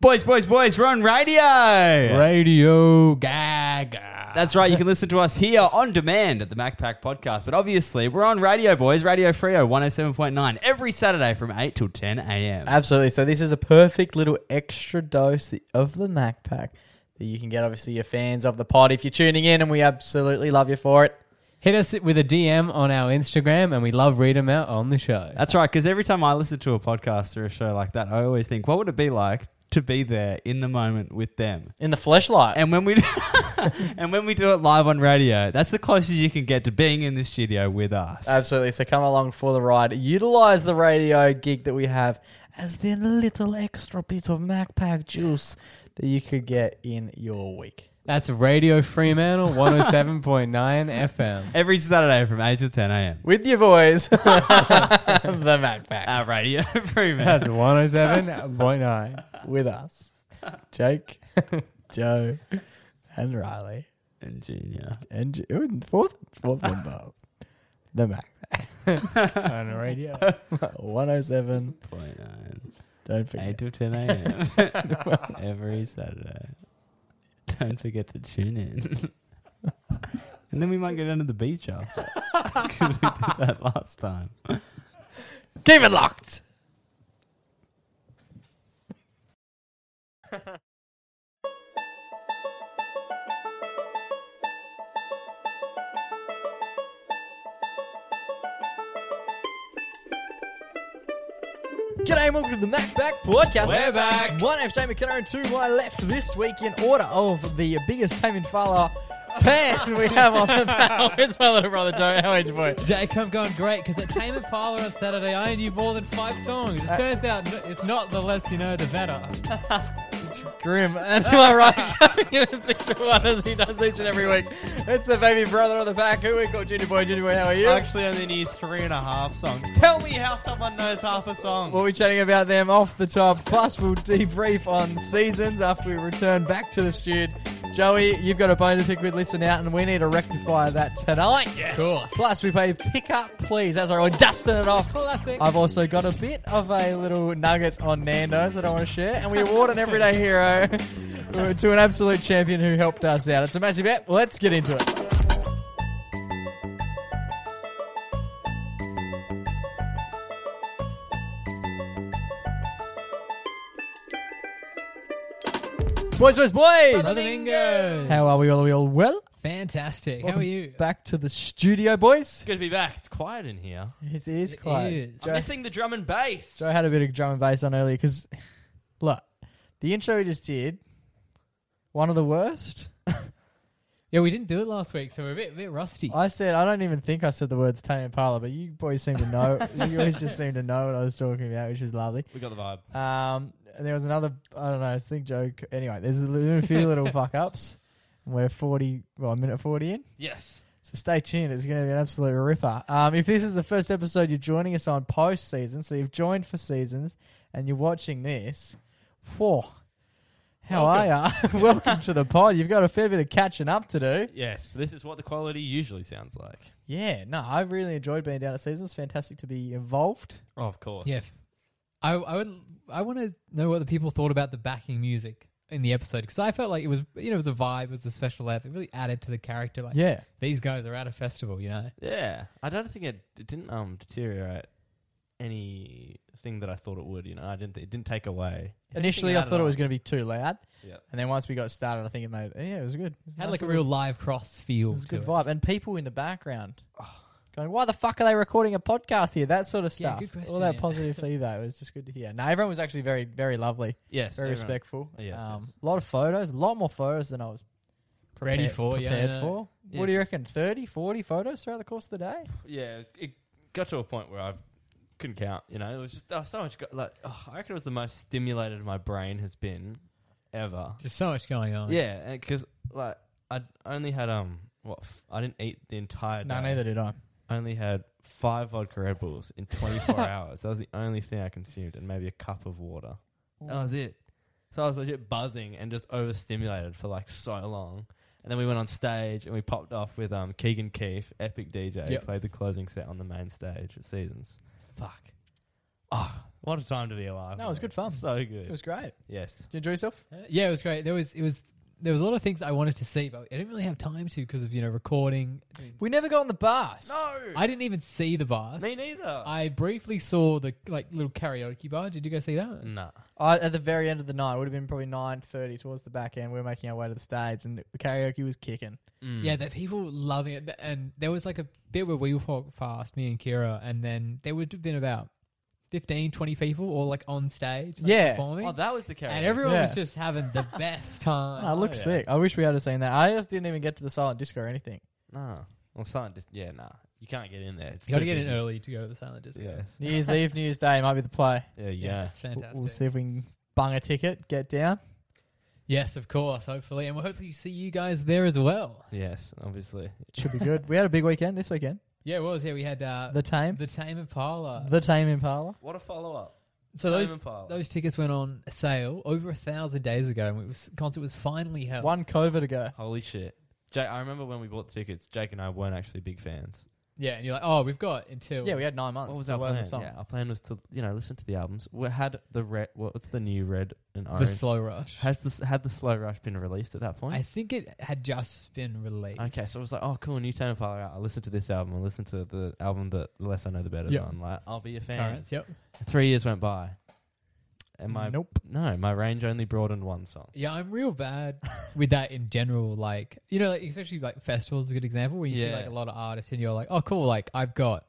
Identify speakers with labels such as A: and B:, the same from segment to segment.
A: Boys, boys, boys, we're on radio.
B: Radio Gaga.
A: That's right. You can listen to us here on demand at the MacPack Podcast. But obviously, we're on radio, boys. Radio Frio 107.9 every Saturday from 8 till 10 a.m.
B: Absolutely. So this is a perfect little extra dose the- of the Mac Pack that you can get. Obviously, your fans of the pod, if you're tuning in, and we absolutely love you for it.
C: Hit us with a DM on our Instagram, and we love read them out on the show.
A: That's right. Because every time I listen to a podcast or a show like that, I always think, what would it be like to be there in the moment with them?
B: In the fleshlight.
A: And when we and when we do it live on radio, that's the closest you can get to being in the studio with us.
B: Absolutely. So come along for the ride. Utilize the radio gig that we have as the little extra bit of Mac Pack juice that you could get in your week.
C: That's Radio Fremantle 107.9 FM.
A: Every Saturday from 8 till 10 a.m.
B: With your boys, the Mac Pack.
A: Our radio Fremantle.
C: That's 107.9.
B: with us Jake, Joe, and Riley.
A: And Junior.
B: And Ju- ooh, and fourth, fourth member, the Mac.
C: on the radio.
B: 107.
A: Point nine.
B: Don't forget.
A: 8 till 10 a.m. every Saturday. Don't forget to tune in. and then we might go down to the beach after. Because we did that last time.
B: Keep it locked. G'day and welcome to the Mac Back Podcast.
A: We're back.
B: My name's Shane McKenna and to my left this week in order of the biggest Tame Impala fan we have on the panel. It's my little brother Joe. How are you, boy?
C: Jake, I'm going great because at Tame Impala on Saturday, I owned you more than five songs. It turns out n- it's not the less you know, the better.
B: Grim. And to my right, coming in at six to one as he does each and every week. It's the baby brother on the back who we call Junior Boy. Junior Boy, how are you?
D: actually only need three and a half songs. Tell me how someone knows half a song.
B: We'll be chatting about them off the top. Plus, we'll debrief on seasons after we return back to the stud. Joey, you've got a bone to pick with Listen Out, and we need to rectify that tonight. Yes.
C: course.
B: Plus, we play Pick Up Please as I'm dusting it off.
C: Classic.
B: I've also got a bit of a little nugget on Nando's that I want to share, and we award an everyday hero to an absolute champion who helped us out. It's a massive app. Let's get into it. Boys, boys,
C: Brother
B: boys!
C: Dingoes.
B: How are we all? Are we all well?
C: Fantastic. How are
B: Welcome
C: you?
B: Back to the studio, boys.
D: It's good to be back. It's quiet in here.
B: It is
C: It
B: quiet.
C: is.
B: Joe-
D: Missing the drum and bass.
B: So I had a bit of drum and bass on earlier because, look, the intro we just did, one of the worst.
C: Yeah, we didn't do it last week, so we're a bit, bit rusty.
B: I said, I don't even think I said the words Tame Impala, but you boys seem to know. you always just seem to know what I was talking about, which was lovely.
D: We got the vibe.
B: Um, and there was another, I don't know, I think joke. Anyway, there's a li- a few little fuck ups. and We're 40, well, a minute 40 in.
D: Yes.
B: So stay tuned. It's going to be an absolute ripper. Um, if this is the first episode you're joining us on post season, so you've joined for seasons and you're watching this, whoa, how are you? Welcome to the pod. You've got a fair bit of catching up to do.
D: Yes. This is what the quality usually sounds like.
B: Yeah, no, I really enjoyed being down at seasons. Fantastic to be involved.
D: of course.
C: Yeah. I, I would I want to know what the people thought about the backing music in the episode because I felt like it was you know it was a vibe, it was a special app, it really added to the character. Like
B: Yeah,
C: these guys are at a festival, you know.
D: Yeah. I don't think it, it didn't um deteriorate anything that I thought it would. You know, I didn't. Th- it didn't take away.
B: initially I thought it was going to be too loud,
D: Yeah.
B: and then once we got started, I think it made yeah, it was good. It was
C: Had
B: nice
C: like a
B: little-
C: real live cross feel.
B: It was a
C: to
B: good
C: it.
B: vibe, and people in the background going, "Why the fuck are they recording a podcast here?" That sort of
C: Yeah,
B: stuff.
C: good question,
B: All that
C: yeah.
B: positive feedback was just good to hear. Now everyone was actually very, very lovely,
D: Yes.
B: very
D: everyone-
B: respectful.
D: Yes, yes.
B: A lot of photos, a lot more photos than I was prepared,
C: Ready for, yeah, I
B: prepared
C: know.
B: for. What
D: Yes,
B: do you
D: yes.
B: reckon? 30, 40 photos throughout the course of the day.
D: Yeah. It got to a point where I couldn't count. You know, it was just oh, so much. Go- like oh, I reckon it was the most stimulated my brain has been ever.
C: Just so much going on.
D: Yeah, because like I only had um what f- I didn't eat the entire day.
B: No, neither did I.
D: I only had five vodka Red Bulls in 24 hours. That was the only thing I consumed, and maybe a cup of water. That
C: Oh,
D: was it. So I was legit buzzing and just overstimulated for like so long. And then we went on stage and we popped off with um Keegan Keefe, epic DJ, who
C: Yep.
D: played the closing set on the main stage at Seasons. Fuck. Oh, What a time to be alive.
B: No, it was
D: mate.
B: good fun.
D: So good.
B: It was great. Did
D: yes.
B: you enjoy yourself?
C: Uh, yeah, it was great. There was it was there was a lot of things I wanted to see, but I didn't really have time to because of you know recording.
B: We never got on the bus.
C: I didn't even see the bars.
D: Me neither.
C: I briefly saw the like little karaoke bar. Did you guys see that?
D: nah.
B: I, at the very end of the night, it would have been probably nine thirty towards the back end. We were making our way to the stage, and the karaoke was kicking.
D: Mm.
B: Hmm.
C: Yeah, that people were loving it. Th- And there was like a bit where we walked past me and Kira, and then there would have been about 15, 20 people all like on stage, like,
B: Yeah.
C: performing,
D: Oh, that was the character.
C: and everyone was
B: Yeah.
C: just having the best time.
B: I looked
D: Oh, yeah.
B: sick. I wish we had seen that. I just didn't even get to the silent disco or anything.
D: Nah. Well, something. Just, yeah, nah. You can't get in there. It's
C: you got to
D: too
C: get in
D: busy.
C: early to go to the silent disco.
D: Yes.
B: New Year's Eve, New Year's Day might be the play.
D: Yeah.
C: Yeah,
D: Yeah.
C: it's fantastic.
B: We'll see if we can bung a ticket, get down.
C: Yes, of course, hopefully, and we'll hopefully see you guys there as well.
D: Yes. Obviously.
B: Should be good. we had a big weekend this weekend.
C: Yeah, it was. Yeah, we had uh,
B: The Tame,
C: the Tame
D: uh,
C: Impala.
B: the Tame Impala.
D: What a follow up.
C: so those those tickets went on sale over a thousand days ago, and it was concert was finally held.
B: One COVID ago.
D: Holy shit. Jake, I remember when we bought the tickets. Jake and I weren't actually big fans.
C: Yeah, and you're like, oh, we've got until
B: Yeah, we had nine months.
D: What was
B: to
D: our
B: learn the
D: plan?
B: song.
D: Yeah, our plan was to you know listen to the albums. We had the red. What, what's the new red and
C: the
D: orange?
C: slow rush.
D: Has this had the slow rush been released at that
C: I
D: point?
C: think it had just been released.
D: okay, so I was like, oh, cool, new Tame Impala out. I'll listen to this album. I'll listen to the album that the less I know, the better.
C: Yeah.
D: I'm like, I'll be a fan.
C: Currents, yep.
D: Three years went by, and my
B: Nope.
D: no, my range only broadened one song.
C: Yeah, I'm real bad with that in general. Like, you know, like, especially like festivals is a good example where you see
D: Yeah.
C: like a lot of artists and you're like, oh, cool. Like, I've got,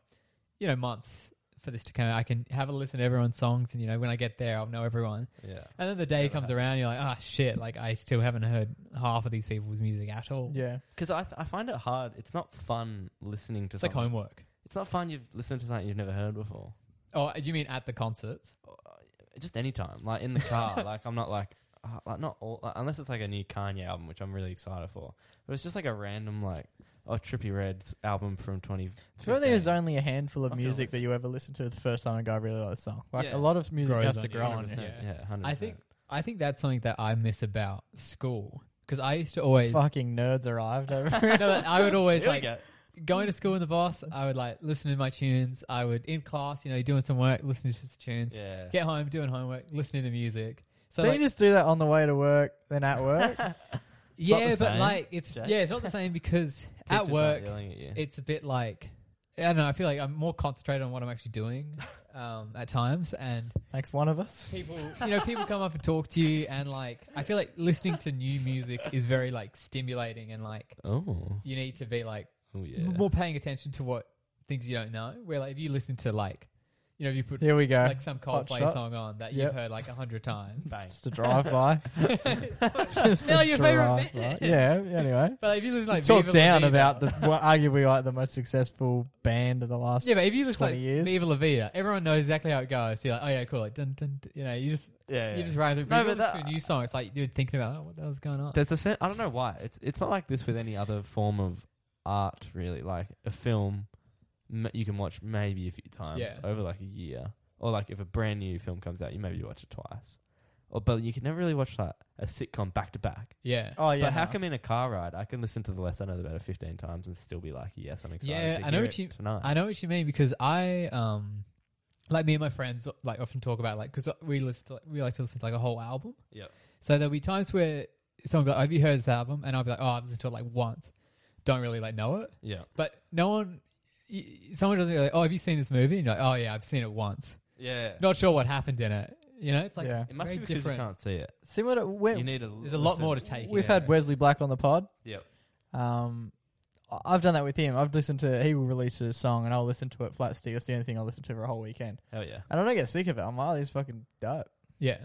C: you know, months for this to come out. I can have a listen to everyone's songs and, you know, when I get there, I'll know everyone.
D: Yeah,
C: And then the day
D: Never
C: comes
D: happened.
C: around and you're like, ah, shit. Like, I still haven't heard half of these people's music at all.
B: Yeah.
D: because I, th- I find it hard. It's not fun listening to
C: It's like
D: something.
C: homework.
D: It's not fun. You've listened to something you've never heard before.
C: Oh, do you mean at the concerts?
D: just any time, like in the car. like I'm not like, uh, like not all, like, unless it's like a new Kanye album, which I'm really excited for. But it's just like a random like, oh, Trippy Red's album from 20.
B: For me, there's only a handful of
D: Fuck
B: music
D: Elvis.
B: that you ever listen to the first time a guy really likes a song. Like
D: Yeah.
B: a lot of music
C: Grows
B: has
C: on
B: to
C: you,
B: grow on you.
C: yeah.
D: yeah, yeah, hundred.
C: I think I think that's something that I miss about school because I used to always.
B: Fucking nerds arrived over.
C: No, but I would always
D: Here we
C: like
D: go.
C: going to school in the boss. I would like listen to my tunes. I would in class, you know, doing some work, listening to some tunes.
D: Yeah.
C: Get home, doing homework, listening to music. So
B: Don't
C: like,
B: you just do that on the way to work, then at work?
D: not the
C: yeah, but
D: same,
C: like it's
D: Jack.
C: yeah, it's not the same because
D: Teachers
C: at
D: aren't
C: work
D: yelling at you.
C: it's a bit like I don't know. I feel like I'm more concentrated on what I'm actually doing um, at times, and
B: Thanks, one of us.
C: people you know people come up and talk to you and like i feel like listening to new music is very like stimulating and like
D: oh,
C: you need to be like
D: oh yeah.
C: more paying attention to what things you don't know where like if you listen to like you know if you put
B: Here we go.
C: like some
B: Hot
C: coldplay
B: shot.
C: song on that
B: Yep.
C: you've heard like a hundred times
D: Bang.
B: Just a drive by. Just
C: Now
B: a
C: your favourite
B: drive-by.
C: band.
B: Yeah, anyway.
C: but like, if you listen like
B: Talk
C: Viva La
B: down
C: Vida-
B: about the well, arguably like the most successful band of the last
C: yeah, but if you listen
B: 20
C: like
B: years.
C: Viva La Vida, everyone knows exactly how it goes. So you're like, oh yeah, cool. Like, dun, dun, dun, you know, you just
D: yeah,
C: you
D: yeah.
C: just ride through.
D: No,
C: No, but
D: but
C: to a
D: that-
C: new song, it's like you're thinking about oh, what the hell's going on.
D: There's a sen- I don't know why. It's it's not like this with any other form of art, really. Like a film, m- you can watch maybe a few times
C: Yeah.
D: over like a year, or like if a brand new film comes out, you maybe watch it twice. Or but you can never really watch like a sitcom back to back.
C: yeah,
B: Oh yeah.
D: But how
B: no.
D: come in a car ride, I can listen to the less I know the better fifteen times and still be like, yes, I'm excited.
C: Yeah,
D: to
C: I know
D: hear
C: what
D: it
C: you-
D: tonight.
C: I know what you mean because I um like me and my friends like often talk about like because we listen to, like, we like to listen to like a whole album.
D: Yep.
C: So there'll be times where someone will be like, "Have you heard this album?" And I'll be like, "Oh, I've listened to it like once, don't really like know it."
D: yeah,
C: But no one, y- someone doesn't go, like, "Oh, have you seen this movie?" And you're like, "Oh yeah, I've seen it once.
D: yeah.
C: Not sure what happened in it." You know, it's like
B: Yeah.
D: it must
C: very
D: be because
C: different.
D: you can't see it.
B: similar to when
D: you need a.
C: There's a lot
D: listen.
C: more to take.
B: we've
C: in.
B: had Wesley Black on the pod.
D: Yep.
B: Um, I- I've done that with him. I've listened to he will release a song and I'll listen to it flat stick. That's the only thing I listen to for a whole weekend,
D: Hell yeah.
B: and I don't get sick of it. I'm like, oh, this is fucking dope.
C: yeah.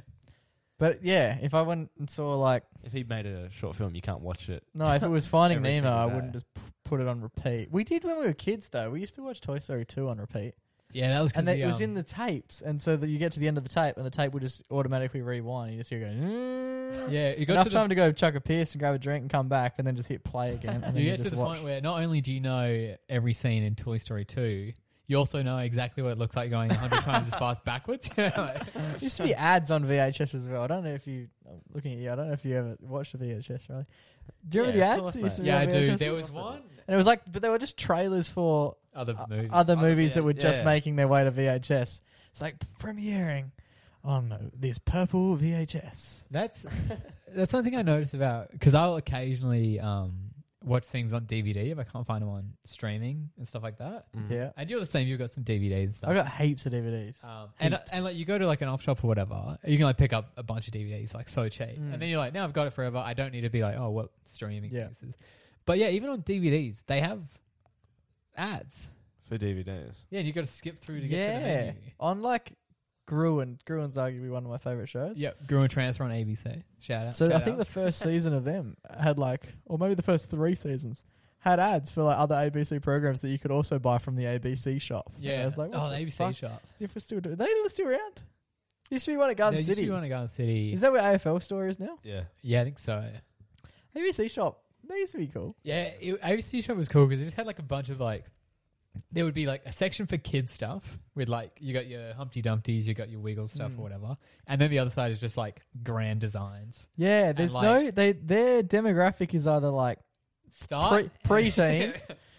B: But yeah, if I went and saw like
D: If he made a short film, you can't watch it.
B: no, if it was Finding
D: Every
B: Nemo, I
D: single
B: wouldn't
D: day.
B: just p- put it on repeat. We did when we were kids though. We used to watch Toy Story two on repeat,
C: Yeah, that was because
B: and then it was
C: um,
B: in the tapes, and so that you get to the end of the tape, and the tape would just automatically rewind. You just hear it go. "Mm."
C: yeah. It got
B: Enough
C: to the
B: time to go chuck a piss and grab a drink and come back and then just hit play again. And then
C: You get to
B: just
C: the
B: watch.
C: point where not only do you know every scene in Toy Story 2, you also know exactly what it looks like going 100 times as fast backwards. Like,
B: There used to be ads on VHS as well. I don't know if you, I'm looking at you, I don't know if you ever watched a VHS, really. Do you remember
D: Yeah,
B: the
D: of
B: ads?
D: course,
B: that used to be
C: yeah, I
B: on
C: do.
B: VHS?
C: There was one
B: And it was like, but they were just trailers for
C: other
B: o-
C: movie.
B: Uh, other movies that were
D: VHS,
B: just
D: yeah.
B: making their way to VHS. It's like premiering on this purple VHS.
C: That's that's one thing I noticed about because I'll occasionally um, watch things on DVD if I can't find them on streaming and stuff like that.
D: Mm.
B: Yeah.
C: And you're the same. You've got some DVDs. And stuff.
B: I've got heaps of DVDs.
C: Um, and,
B: Heaps.
C: and like you go to like an off shop or whatever, you can like pick up a bunch of DVDs like so cheap,
B: Mm.
C: and then you're like, now I've got it forever. I don't need to be like, oh, what streaming
B: Yeah.
C: services? But yeah, even on DVDs, they have ads.
D: for DVDs.
C: Yeah, and you got to skip through to get to the
B: yeah.
C: menu.
B: On like Gruen. Gruen's arguably one of my favorite shows.
C: Yeah, Gruen Transfer on ABC. Shout out.
B: So
C: shout
B: I think
C: out.
B: the first season of them had like, or maybe the first three seasons had ads for like other ABC programs that you could also buy from the ABC shop. And
C: yeah,
B: I was like,
C: oh,
B: what
C: the
B: the
C: ABC
B: fuck?
C: shop.
B: If we still do, they still around. Used to be one at Garden
C: There used to
B: City.
C: be one in Garden City.
B: Is that where AFL store is now?
D: Yeah.
C: yeah, I think so.
B: ABC shop. That used to be cool.
C: Yeah, it, ABC shop was cool because it just had like a bunch of like. There would be like a section for kids stuff with like you got your Humpty Dumpties, you got your Wiggles stuff
B: Mm.
C: or whatever, and then the other side is just like grand designs.
B: Yeah, there's no
C: like-
B: they their demographic is either like
C: Start
B: Pre- preteen.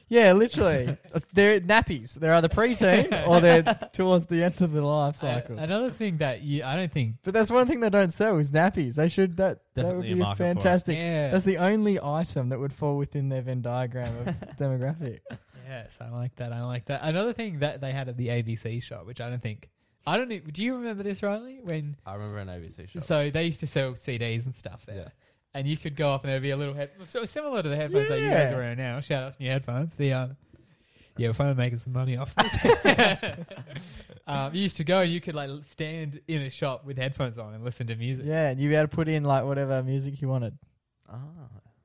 B: yeah, literally uh, they're nappies. They're either preteen or they're towards the end of their life
C: Uh,
B: cycle.
C: another thing that you I don't think
B: but that's one thing they don't sell is nappies. They should that
D: Definitely a
B: that would be
D: market for it.
B: fantastic.
C: yeah
B: That's the only item that would fall within their Venn diagram of demographic.
C: yes I like that I like that another thing that they had at the ABC shop which I don't think I don't know, do you remember this Riley when
D: I remember an ABC shop.
C: So they used to sell CDs and stuff there.
D: Yeah.
C: And you could go off and there'd be a little head, so similar to the headphones that you guys
B: Yeah.
C: are wearing now. Shout out to new headphones. The um, yeah, if I'm making some money off this, um, you used to go and you could like stand in a shop with headphones on and listen to music.
B: yeah, and you'd be able to put in like whatever music you wanted.
D: ah,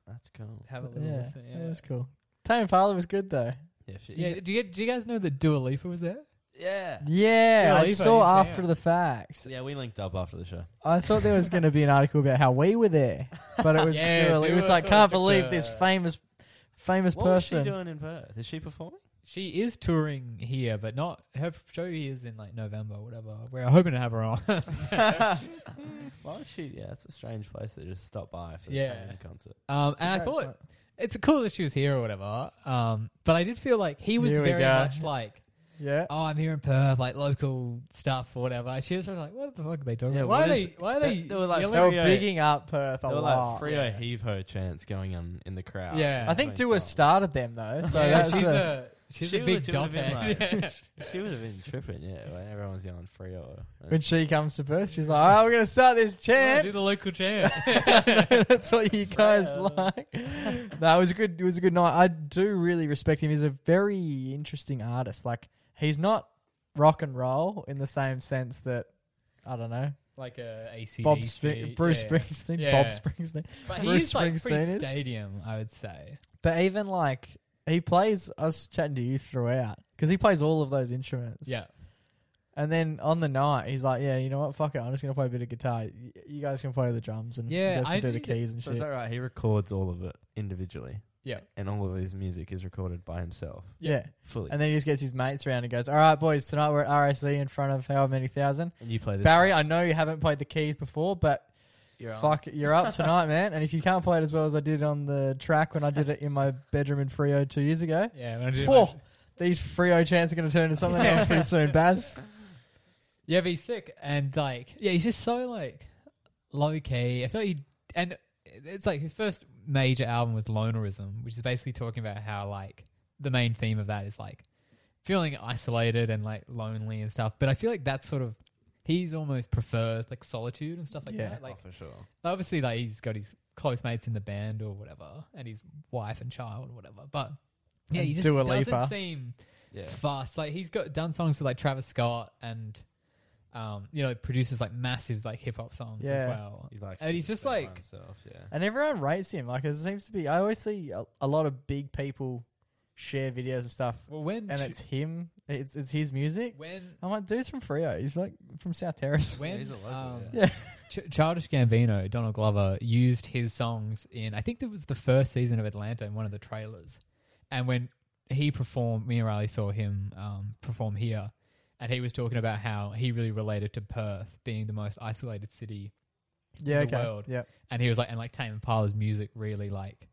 D: that's cool.
C: Have a little
B: Yeah,
C: listen.
B: that
C: Yeah.
B: was cool. Tame Impala was good though.
D: Yeah. shit.
C: yeah. Do you do you guys know that Dua Lipa was there?
D: Yeah.
B: Yeah,
C: Yeah,
B: I
C: Levo,
B: saw
C: yeah.
B: after the fact.
D: So, yeah, we linked up after the show.
B: I thought there was going to be an article about how we were there, but it was
C: Yeah,
B: Dua. It
C: Dua
B: was like,
C: took
B: can't believe
C: the-
B: this famous, famous
D: What was she
B: person.
D: doing in Perth? Is she performing?
C: She is touring here, but not her show here is in like November or whatever. We're hoping to have her on.
D: Why is she? Yeah, it's a strange place to just stop by for the
C: Yeah.
D: Shane concert.
C: Um, and I thought it's cool that she was here or whatever. Um, but I did feel like he was
B: Here we
C: very
B: go.
C: much like,
B: yeah,
C: oh, I'm here in Perth, like local stuff or whatever. And She was sort of like, what the fuck are they talking
D: Yeah,
C: about? Why
D: what
C: are
D: is-
C: they? Why are they?
D: they were like-
C: yelling?"
B: they were
D: Leo-
B: bigging up Perth a
D: There were
B: lot.
D: like Frio
C: yeah.
D: heave ho chants going on in the crowd.
C: Yeah.
B: I think
D: Between
B: Dua
D: songs.
B: started them though, so
C: yeah,
B: that's
C: she's
B: the-
C: a, she's
D: She
C: a big
D: would've- she would've been
C: doghead.
D: She would have been tripping, yeah, when everyone's yelling Frio.
B: when she comes to Perth, she's like, "All right, we're going to start this
C: Yeah, do
B: chant."
C: the local chant.
B: that's what you guys like. No, it was a good. It was a good night. I do really respect him. He's a very interesting artist. Like he's not rock and roll in the same sense that I don't know
C: like a AC.
B: Bob Spring, Bruce Springsteen, Bob
C: Yeah.
B: Springsteen.
C: But
B: Bruce
C: he's like pretty
B: Springsteen is.
C: stadium, I would say.
B: But even like he plays. I was chatting to you throughout because he plays all of those instruments.
C: Yeah.
B: And then on the night, he's like, "Yeah, you know what? Fuck it. I'm just gonna play a bit of guitar. Y- You guys can play the drums and
C: Yeah,
B: you guys can
C: I
B: do the
C: did it.
B: keys and
D: So
B: shit."
D: is that right? He records all of it individually.
C: Yeah.
D: And all of his music is recorded by himself
C: Yeah.
B: yeah.
D: fully.
B: And
D: And,
B: then he just gets his mates around and goes, All right, boys, tonight we're at RSC in front of however many thousand.
D: you play this.
B: Barry, I know you haven't played the keys before, but
D: You're on.
B: fuck, you're up tonight, man. And if you can't play it as well as I did on the track when I did it in my bedroom in Frio two years ago,
C: Yeah. When I do
B: Whoa.
C: my-
B: these Frio chants are going to turn into something else pretty soon, Baz.
C: Yeah, but he's sick and like yeah, he's just so like low key. I feel like he and it's like his first major album was Lonerism, which is basically talking about how like the main theme of that is like feeling isolated and like lonely and stuff. But I feel like that's sort of he's almost prefers like solitude and stuff like
B: Yeah.
C: that.
D: Oh,
C: Like
D: for sure.
C: obviously like he's got his close mates in the band or whatever, and his wife and child or whatever. But yeah,
B: And
C: he just
B: Dua Lipa.
C: doesn't seem
D: Yeah.
C: fast. Like he's got done songs with like Travis Scott and um, you know, produces like massive like hip hop songs
B: Yeah.
C: as well.
D: He likes
C: And
D: to
C: he's just
D: stay by
C: like-
D: himself, yeah.
B: And everyone rates him. Like, it seems to be, I always see a, a lot of big people share videos and stuff,
C: Well, when
B: and
C: Ju-
B: it's him, it's, it's his music.
C: when
B: I'm like, dude's from Frio. He's like from South Terrace.
C: when
D: he's a local,
C: um,
D: yeah.
C: Ch- Childish Gambino, Donald Glover used his songs in I think it was the first season of Atlanta in one of the trailers, and when he performed, me and Riley saw him um, perform here, and he was talking about how he really related to Perth being the most isolated city
B: yeah,
C: the
B: okay.
C: world.
B: Yeah.
C: and he was like, and like Tame Impala's music really like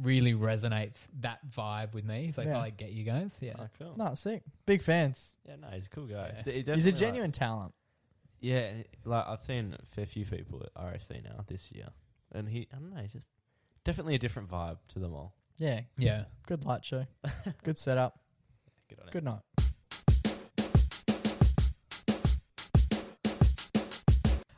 C: really resonates that vibe with me. So I
B: Yeah.
C: like get you guys. Yeah.
D: Oh, cool.
B: No, sick. Big fans.
D: Yeah, no, he's a cool guy.
C: Yeah.
D: He's- he
B: He's a
D: definitely, like-
B: genuine talent.
D: Yeah, and it- like I've seen a fair few people at RSC now this year, and he, I don't know, he's just definitely a different vibe to them all.
B: Yeah.
C: yeah.
B: Good light show. Good setup.
D: Good on him.
B: Good night.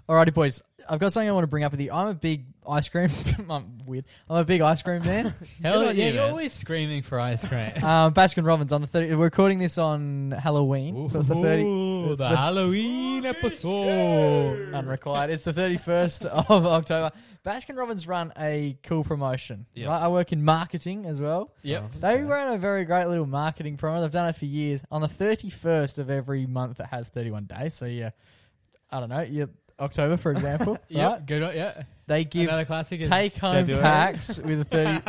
B: Alrighty, boys. I've got something I want to bring up with you. I'm a big ice cream. I'm weird. I'm a big ice cream man.
C: Hell
D: on
C: yeah,
D: you,
C: you're
D: man.
C: always screaming for ice cream.
B: um, Baskin Robbins on the 30. We're recording this on Halloween, so it's the 30.
C: Ooh,
B: it's
C: the,
B: the-
C: Halloween episode.
B: Unrequired. It's the 31st of October. Baskin Robbins run a cool promotion.
D: Yep.
B: Right? I work in marketing as well.
C: Yep.
B: They ran a very great little marketing promo. They've done it for years. On the 31st of every month, it has 31 days. So, yeah, I don't know. Yeah, October, for example.
C: Yep.
B: right?
C: Good. on- Yeah.
B: They give
C: Another classic. is
B: take home
D: February.
B: packs with a 30.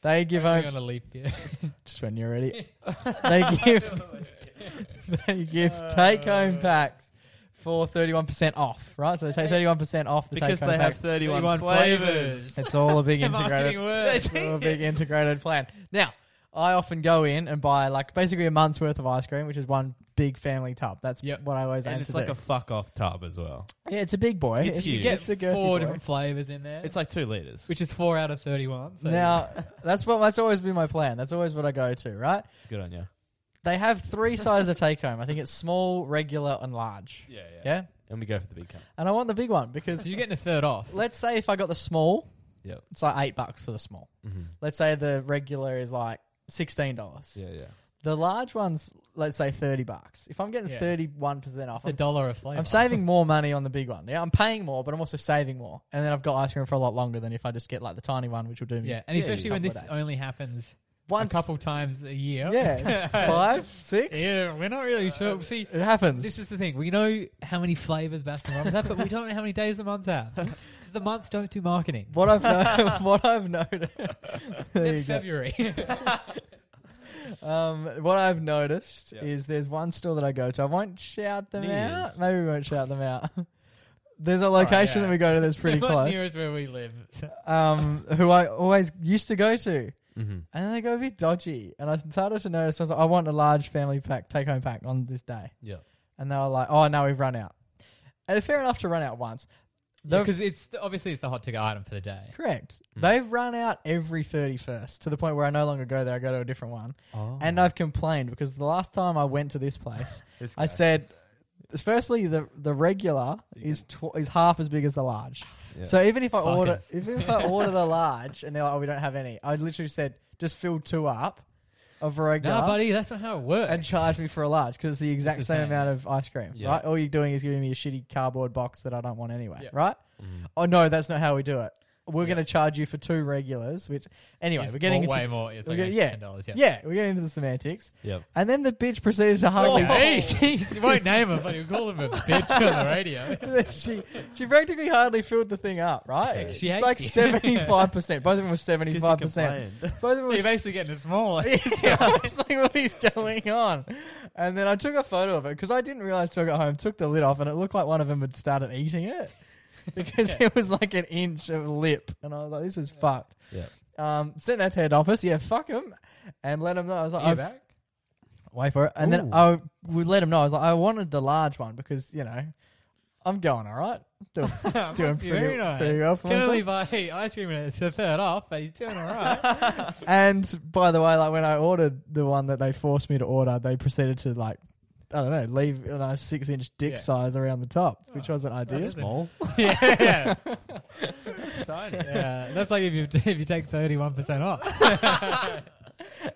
B: they give
C: only
B: home.
C: on a leap year.
B: Just when you're ready. they give. they give take home packs for 31% off, right? So they take 31% off the
D: because
B: take home
D: they have
B: packs.
D: 31,
C: 31
D: flavors.
B: It's all a big integrated.
C: Marketing words.
B: It's all a big integrated plan. Now, I often go in and buy like basically a month's worth of ice cream, which is one big family tub. That's
C: Yep.
B: what I always aim
D: And it's
B: to
D: like
B: do.
D: a fuck off tub as well.
B: yeah, it's a big boy.
D: It's
B: a-
D: huge.
C: You get
B: it's a girthy
C: four
B: boy.
C: different flavors in there.
D: It's like two liters.
C: which is four out of thirty-one. So
B: Now, that's what that's always been my plan. That's always what I go to, right?
D: Good on you.
B: They have three sizes of take home. I think it's small, regular, and large.
D: Yeah, yeah.
B: Yeah,
D: And we go for the big cup.
B: and I want the big one because
C: so you're getting a third off.
B: let's say if I got the small,
D: Yep.
B: it's like eight bucks for the small.
D: Mm-hmm.
B: Let's say the regular is like sixteen dollars.
D: Yeah, yeah.
B: The large ones, let's say thirty bucks. If I'm getting
C: Yeah.
B: thirty-one percent off,
C: A
B: I'm,
C: dollar a flavor.
B: I'm saving more money on the big one. Yeah, I'm paying more, but I'm also saving more, and then I've got ice cream for a lot longer than if I just get like the tiny one, which will do me.
C: Yeah, and
D: Yeah,
C: especially
D: yeah.
C: when this
B: Couple of days.
C: only happens a
B: Once,
C: couple times a year.
B: yeah, five, six. Uh,
C: Yeah, we're not really sure. See,
B: It happens.
C: this is the thing. We know how many flavors Baskin Robbins have, but we don't know how many days the months have. Because the months don't do marketing.
B: what I've no- what I've noticed. There you
C: Except
B: go.
C: February.
B: Um, what I've noticed
D: Yeah.
B: is there's one store that I go to. I won't shout them
D: Nears.
B: out. Maybe we won't shout them out. There's a location
C: yeah.
B: that we go to that's pretty
C: Not
B: close.
C: near is where we live. So-
B: um, who I always used to go to.
D: Mm-hmm.
B: And then they go a bit dodgy. And I started to notice, I was like, I want a large family pack, take home pack on this day.
D: Yeah.
B: And they were like, oh, no, we've run out. And fair enough to run out once. They've-
C: Because it's obviously it's the hot ticket item for the day.
B: Correct.
D: Mm.
B: They've run out every 31st to the point where I no longer go there. I go to a different one.
D: Oh.
B: And I've complained because the last time I went to this place,
D: This
B: I
D: guy.
B: said, firstly, the, the regular is tw- is half as big as the large.
D: Yeah.
B: So even if I
C: Fuckers.
B: order if, if I order the large and they're like, oh, we don't have any, I literally said, just fill two up of regular.
C: Nah, buddy, that's not how it works.
B: and charge me for a large because it's the exact
C: the
B: same,
C: same.
B: amount of ice cream,
D: Yeah.
B: right? All you're doing is giving me a shitty cardboard box that I don't want anyway,
C: Yeah.
B: right?
D: Mhm.
B: Oh no, that's not how we do it. We're
D: Yeah.
B: going to charge you for two regulars, which anyway,
C: It's
B: we're getting
C: more-
B: into
C: way more. It's
B: we're
C: like
B: getting- yeah.
C: ten dollars. Yeah.
B: yeah, we're getting into the semantics,
D: Yep.
B: and then the bitch proceeded to hardly.
C: Okay. Oh, Jeez, you won't name him, but you call him a bitch on the radio.
B: she she practically hardly filled the thing up, right?
C: Okay. She hates
B: like
C: you.
B: seventy five percent. Both of them were seventy five percent. Both of them
C: So
B: were
C: you're basically getting a small.
B: yeah, I was like, what is going on? And then I took a photo of it because I didn't realize till I got home, took the lid off, and it looked like one of them had started eating it because it was like an inch of lip. And I was like, this is fucked.
D: Yeah.
B: Um, sent that to head office. Yeah, fuck him. And let him know. I was like,
C: You're
B: I've,
C: back.
B: wait for it. And
D: Ooh.
B: then I would let him know. I was like, I wanted the large one because, you know, I'm going all right. Doing,
C: Must
B: doing
C: be
B: pretty,
C: very nice.
B: pretty well for
C: Can
B: myself.
C: only buy ice cream and it's a third off, but he's doing all right.
B: And by the way, like when I ordered the one that they forced me to order, they proceeded to like I don't know, leave a nice six inch dick
C: Yeah. Oh,
B: size around the top, which wasn't ideal.
C: That's small. yeah, yeah,
D: Tiny.
C: yeah. That's like if you if you take thirty one percent off.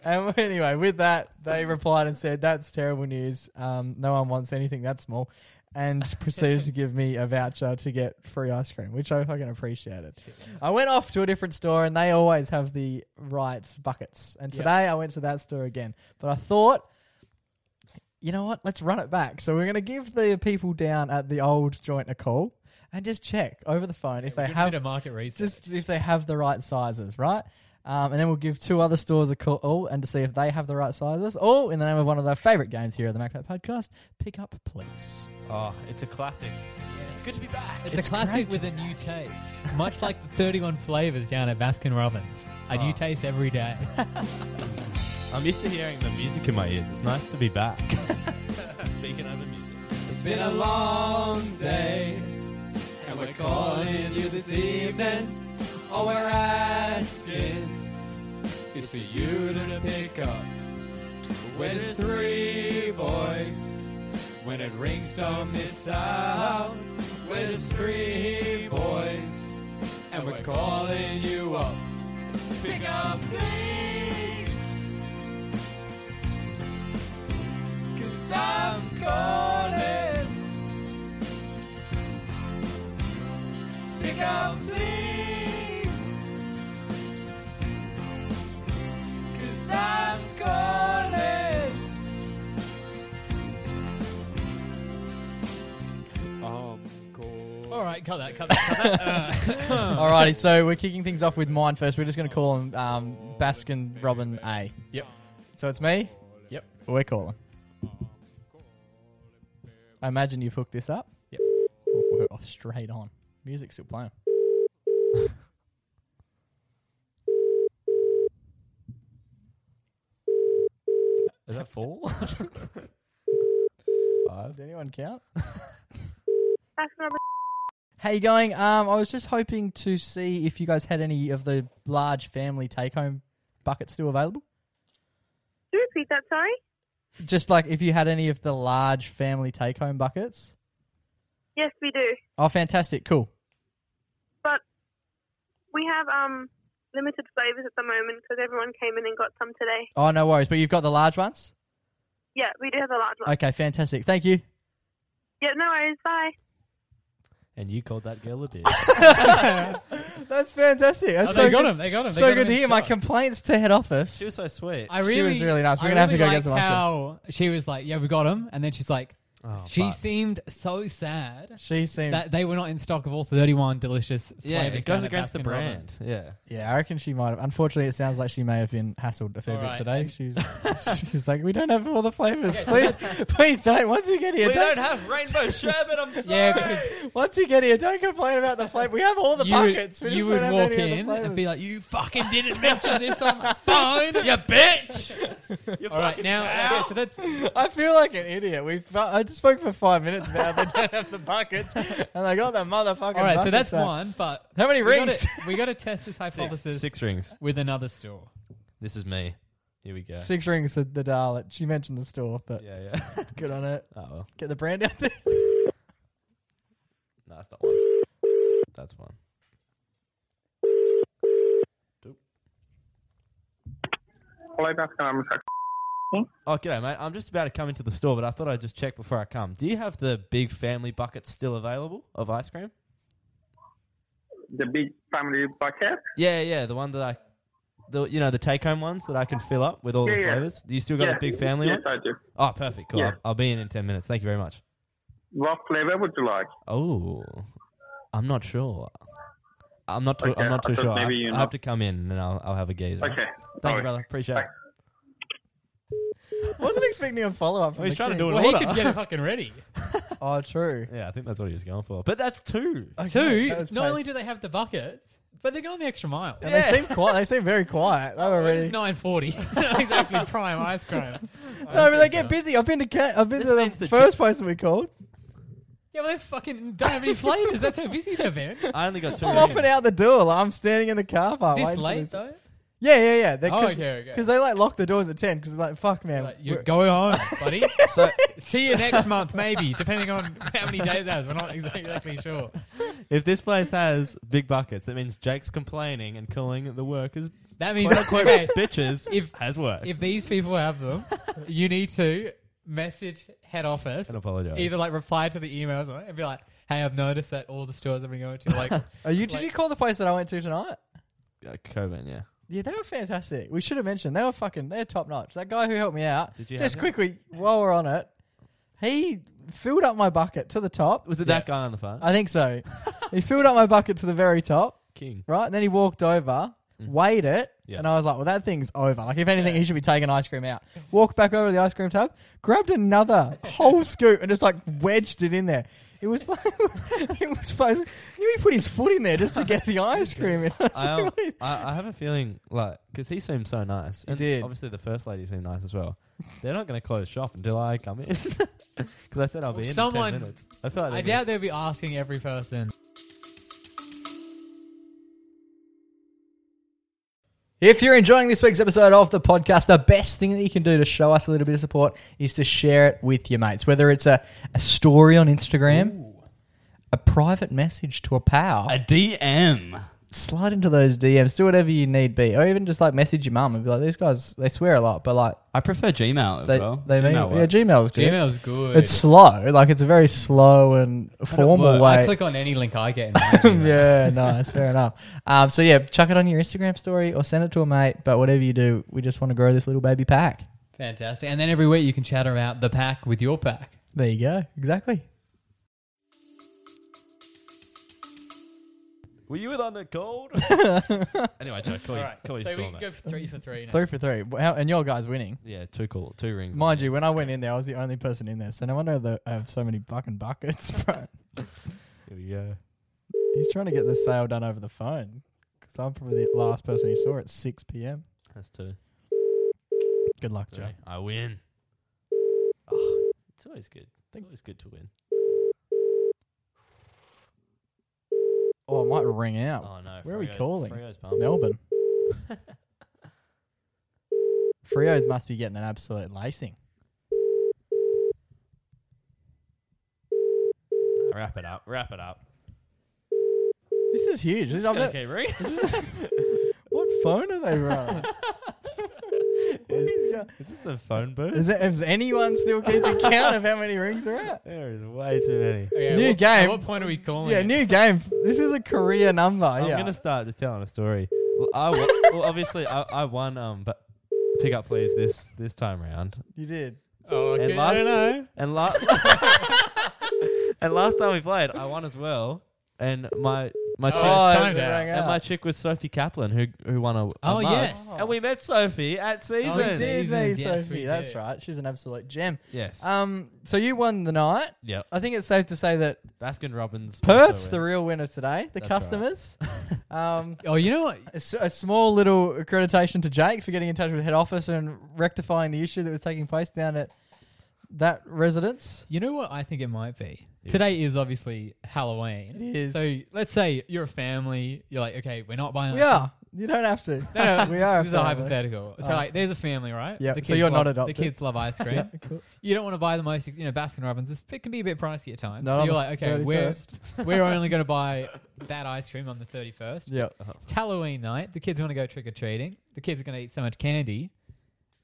B: And anyway, with that, they replied and said, That's terrible news. Um, no one wants anything that small and proceeded to give me a voucher to get free ice cream, which I fucking appreciated. I went off to a different store and they always have the right buckets. And
C: Yep.
B: today I went to that store again. But I thought you know what? Let's run it back. So we're going to give the people down at the old joint a call and just check over the phone if they
C: Good
B: have
C: bit of market research.
B: just if they have the right sizes, right? Um, and then we'll give two other stores a call oh, and to see if they have the right sizes. All in the name of one of their favorite games here at the MacFat Podcast, Pick Up Please.
D: Oh, it's a classic.
C: Yeah, it's
D: good to be back.
C: It's,
B: It's
C: a classic
B: great.
C: with a new taste, much like the 31 flavors down at Baskin Robbins. A
B: Ah.
D: Oh.
C: new taste every day.
D: I'm used to hearing the music in my ears. It's nice to be back. Speaking over music. It's been a long day, and we're calling you this evening. All we're asking is for you to pick up. We're just three boys. When it rings, don't miss out. We're just three boys, and we're calling you up. Pick up, please. Cause I'm calling. Pick up, please. Cause I'm calling.
C: All right, cut that, cut that, cut that.
B: Alrighty, so we're kicking things off with mine first. We're just going to call him um, Baskin Robin A.
C: Yep.
B: So it's me.
C: Yep.
B: We're calling. I imagine you've hooked this up. Oh,
C: Yep.
B: We're off straight on. Music's still playing.
D: Is that four? Five.
B: Did anyone count?
E: That's not a
B: How you going? Um, I was just hoping to see if you guys had any of the large family take-home buckets still available.
E: do repeat that, sorry.
B: Just like if you had any of the large family take-home buckets.
E: Yes, we do.
B: Oh, fantastic! Cool.
E: But we have um limited flavours at the moment because everyone came in and got some today.
B: Oh, no worries. But you've got the large ones.
E: Yeah, we do have a large one.
B: Okay, fantastic. Thank you.
E: Yeah, no worries. Bye.
D: And you called that girl a bitch.
B: That's fantastic. That's
C: Oh,
B: so
C: they got
B: good.
C: him. They got him. they
B: So
C: got
B: good
C: him
B: to
C: in
B: hear. My
C: shot.
B: complaints to head office.
D: She was so sweet.
C: I
B: She
C: really,
B: was really nice. We're
C: I
B: gonna have to
C: really
B: go get some
C: liked
B: ice cream.
C: How she was like, yeah, we got him, and then she's like,
D: Oh,
C: she
D: fuck.
C: seemed so sad
B: She seemed.
C: that they were not in stock of all thirty-one delicious.
D: yeah,
C: flavors
D: it goes
C: down at
D: against the
C: Baskin-Robbins.
D: brand. Yeah.
B: yeah, I reckon she might have. Unfortunately, it sounds like she may have been hassled a fair
C: All
B: bit
C: right,
B: today.
C: and-
B: She's she's like, we don't have all the flavors.
C: Okay, so
B: please, please don't. Once you get here,
D: We
B: don't.
D: don't have rainbow sherbet. I'm sorry.
C: Yeah, because
B: Once you get here, don't complain about the flavor. We have all the
C: you
B: buckets.
C: would,
B: we
C: you
B: just
C: would
B: don't
C: walk
B: have any
C: in
B: of the
C: and
B: flavors.
C: be like, you fucking didn't mention this on the phone.
D: you bitch. You
C: All right, now okay, so that's
B: I feel like an idiot. We fu- I just spoke for five minutes about they don't have the buckets, and they got the motherfucking.
C: all right. So
B: buckets
C: that's
B: out.
C: one, but
B: How many
C: we gotta-
B: rings?
C: We got to test this hypothesis
D: six, six rings.
C: with another store.
D: This is me. Here we go.
B: Six rings for the Dalit. She mentioned the store, but
D: Yeah, yeah.
B: good on it.
D: Oh well.
B: Get the brand out there.
D: No, that's not one. That's one.
F: Hello, Baskin. I'm
D: Oh, g'day, mate. I'm just about to come into the store, but I thought I'd just check before I come. Do you have the big family bucket still available of ice cream?
F: the big family bucket.
D: Yeah, yeah. The one that I, the you know, the take home ones that I can fill up with all
F: Yeah,
D: the
F: yeah.
D: flavors. Do you still got
F: Yeah.
D: the big family
F: Yes,
D: ones?
F: I do.
D: Oh, perfect. Cool.
F: Yeah.
D: I'll, I'll be in in 10 minutes. Thank you very much.
F: What flavor would you like?
D: Oh, I'm not sure. I'm not too,
F: Okay,
D: I'm not
F: I
D: too
F: thought
D: sure.
F: maybe
D: I,
F: you're
D: I have
F: not-
D: to come in and I'll, I'll have a gaze.
F: Okay.
D: Thank you,
F: Alright.
D: brother. Appreciate it.
F: Bye.
B: Wasn't expecting a follow up.
D: Well, he's trying to do an
C: Well, he
D: order.
C: could get it fucking ready.
B: Oh, true.
D: yeah, I think that's what he was going for. But that's two.
B: Okay,
C: Two.
B: that was
C: Not only
B: close.
C: do they have the buckets, but they're going the extra mile.
B: And they seem quiet. They seem very quiet. They were ready.
C: It's nine forty. Not exactly prime ice cream.
B: No, but they get busy. I've been to Ca- I've been
D: This
B: to
D: means
B: the
D: the
B: first place that we called.
C: Yeah, well, they fucking don't have any flavors. That's how busy they've been.
D: I only got two.
B: I'm
D: rings.
B: off and out the door. Like, I'm standing in the car park.
C: This
B: waiting for
C: late though.
B: Yeah, yeah, yeah. They're,
C: Oh,
B: cause,
C: okay, okay.
B: 'cause they like lock the doors at ten. Because like, fuck, man.
C: Like, you
B: we're-
C: go home, buddy.
D: So
C: See you next month, maybe, depending on how many days out. We're not exactly sure.
D: if this place has big buckets, that means Jake's complaining and calling the workers
C: That means
D: quote unquote
C: okay,
D: bitches
C: If-
D: has worked.
C: if these people have them, you need to message head office.
D: and apologize.
C: Either like reply to the emails or- and be like, "Hey, I've noticed that all the stores I've been going to, like,
B: Are you? Did
C: like-
B: you call the place that I went to tonight?
D: uh, Coven, yeah.
B: Yeah, they were fantastic. We should have mentioned they were fucking they're top notch. That guy who helped me out.
D: Did you
B: just
D: have him?
B: quickly while we're on it, he filled up my bucket to the top.
D: Was it that guy on the phone?
B: I think so. he filled up my bucket to the very top,
D: King.
B: right? And then he walked over, weighed it,
D: Mm. Yeah.
B: and I was like, "Well, that thing's over. Like, if anything, he should be taking ice cream out." Walked back over to the ice cream tub, grabbed another whole scoop, and just like wedged it in there. It It was like it was fuzzy. Knew he put his foot in there just to get the ice cream. in.
D: I,
B: So
D: um,
B: he-
D: I, I have a feeling like because he seemed so nice, and
B: did.
D: obviously the first lady seemed nice as well. They're not going to close shop until I come in because I said I'll be in
C: Someone-
D: in ten minutes. I feel like
C: I
D: they're
C: doubt they'll be asking every person.
B: If you're enjoying this week's episode of the podcast, the best thing that you can do to show us a little bit of support is to share it with your mates. Whether it's a, a story on Instagram, a private message to a pal,
A: A DM.
B: slide into those DMs, do whatever you need be, or even just like message your mum and be like, "These guys, they swear a lot, but like
A: I prefer Gmail as
B: they
A: well.
B: they mean
A: Gmail
B: yeah,
A: works.
B: Gmail's good.
C: Gmail's good.
B: It's slow, like it's a very slow and formal
A: work.
B: way.
C: I click on any link I get. In my Gmail.
B: yeah, nice, fair enough. Um, so yeah, chuck it on your Instagram story or send it to a mate. But whatever you do, we just want to grow this little baby pack.
C: Fantastic. And then every week you can chat about the pack with your pack.
B: There you go. Exactly.
D: Were you with on the cold? anyway, Joe, call, you, call
C: So
D: your
C: we
D: store,
C: can
D: mate.
C: go three for three now.
B: Three for three, Wow, and your guy's winning.
D: Yeah, two cool, two rings. on
B: Mind
D: you.
B: you, when I went in there, I was the only person in there, so no wonder they have so many fucking buckets, bro.
D: Here we go.
B: He's trying to get the sale done over the phone because I'm probably the last person he saw at 6 p.m.
D: That's two.
B: Good luck,
D: Three.
B: Joe.
D: I win. Oh, it's always good. It's always good to win.
B: Oh, I might ring out.
D: Oh no,
B: Where are we
D: Freo's-
B: calling?
D: Freo's pumped.
B: Melbourne. Frios must be getting an absolute lacing.
D: Wrap it up. Wrap it up.
B: This is huge. This, I've
D: Gonna
B: never-
D: keep ringing.
B: what phone are they running? What is go-
D: Is this a phone booth?
B: is, it, is anyone still keeping count of how many rings are out?
D: There is way too many.
C: Okay,
B: New
C: what,
B: game.
C: At what point are we calling?
B: Yeah,
C: it?
B: new game. This is a career number.
D: I'm
B: yeah.
D: gonna start just telling a story. Well, I wa- well, obviously I, I won um but pick up please this this time round.
B: you did.
C: Oh, okay.
D: And last,
C: I don't know.
D: And last and last time we played, I won as well. And my my chick,
C: Oh, it's timed
B: it
C: out.
B: rang
D: and
B: out.
D: my chick was Sophie Kaplan who who won a, a
C: Oh,
D: mug.
C: yes.
D: and we met Sophie at season.
C: Oh,
B: It is
C: Seasons,
B: me,
C: yes, we
B: Sophie. That's
C: did.
B: right. She's an absolute gem.
D: Yes.
B: Um, so you won the night.
D: yep.
B: I think it's safe to say that
D: Baskin Robbins.
B: Perth's the
D: also
B: real winner today. The
D: That's right.
B: customers. um,
C: Oh, you know what?
B: a, s- a small little accreditation to Jake for getting in touch with head office and rectifying the issue that was taking place down at that residence.
C: You know what I think it might be?
D: Yeah.
C: Today is obviously Halloween.
B: It is.
C: So let's say you're a family. You're like, okay, we're not buying.
B: we are. You don't have to.
C: Uh-huh. No, no,
B: we
C: this,
B: are.
C: this is a
B: family.
C: hypothetical. So
B: Oh.
C: like, there's a family, right?
B: Yep,
C: The
B: so
C: kids
B: you're
C: love,
B: not adopted.
C: The kids love ice cream.
B: Yeah, cool.
C: You don't want to buy the most, you know, Baskin Robbins. It's, it can be a bit pricey at times.
B: Not
C: so
B: on
C: you're
B: the
C: like, okay, we're
B: 31st.
C: we're only going to buy that ice cream on the 31st.
B: Yeah.
C: It's Halloween night. The kids want to go trick or treating. The kids are going to eat so much candy.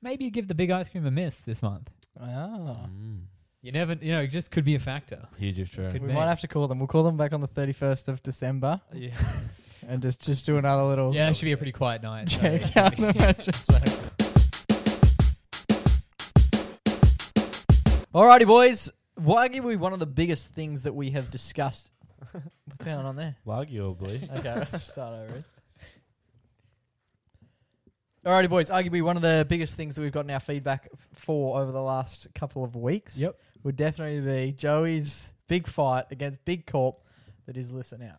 C: Maybe you give the big ice cream a miss this month.
B: Ah.
D: Mm,
C: You never, you know, it just could be a factor.
D: huge if true.
C: Could-
B: We
C: Man.
B: might have to call them. We'll call them back on the 31st of December
D: Yeah.
B: and just, just do another little
C: Yeah, that should be a pretty quiet night. so
B: check
C: it should
B: out
C: be-
B: the matches. Alrighty, boys. Why give we one of the biggest things that we have discussed? What's going on there?
D: Arguably.
B: Okay, let's start over. Alrighty, boys. Arguably one of the biggest things that we've gotten our feedback for over the last couple of weeks.
C: Yep.
B: Would definitely be Joey's big fight against Big Corp that is listen out.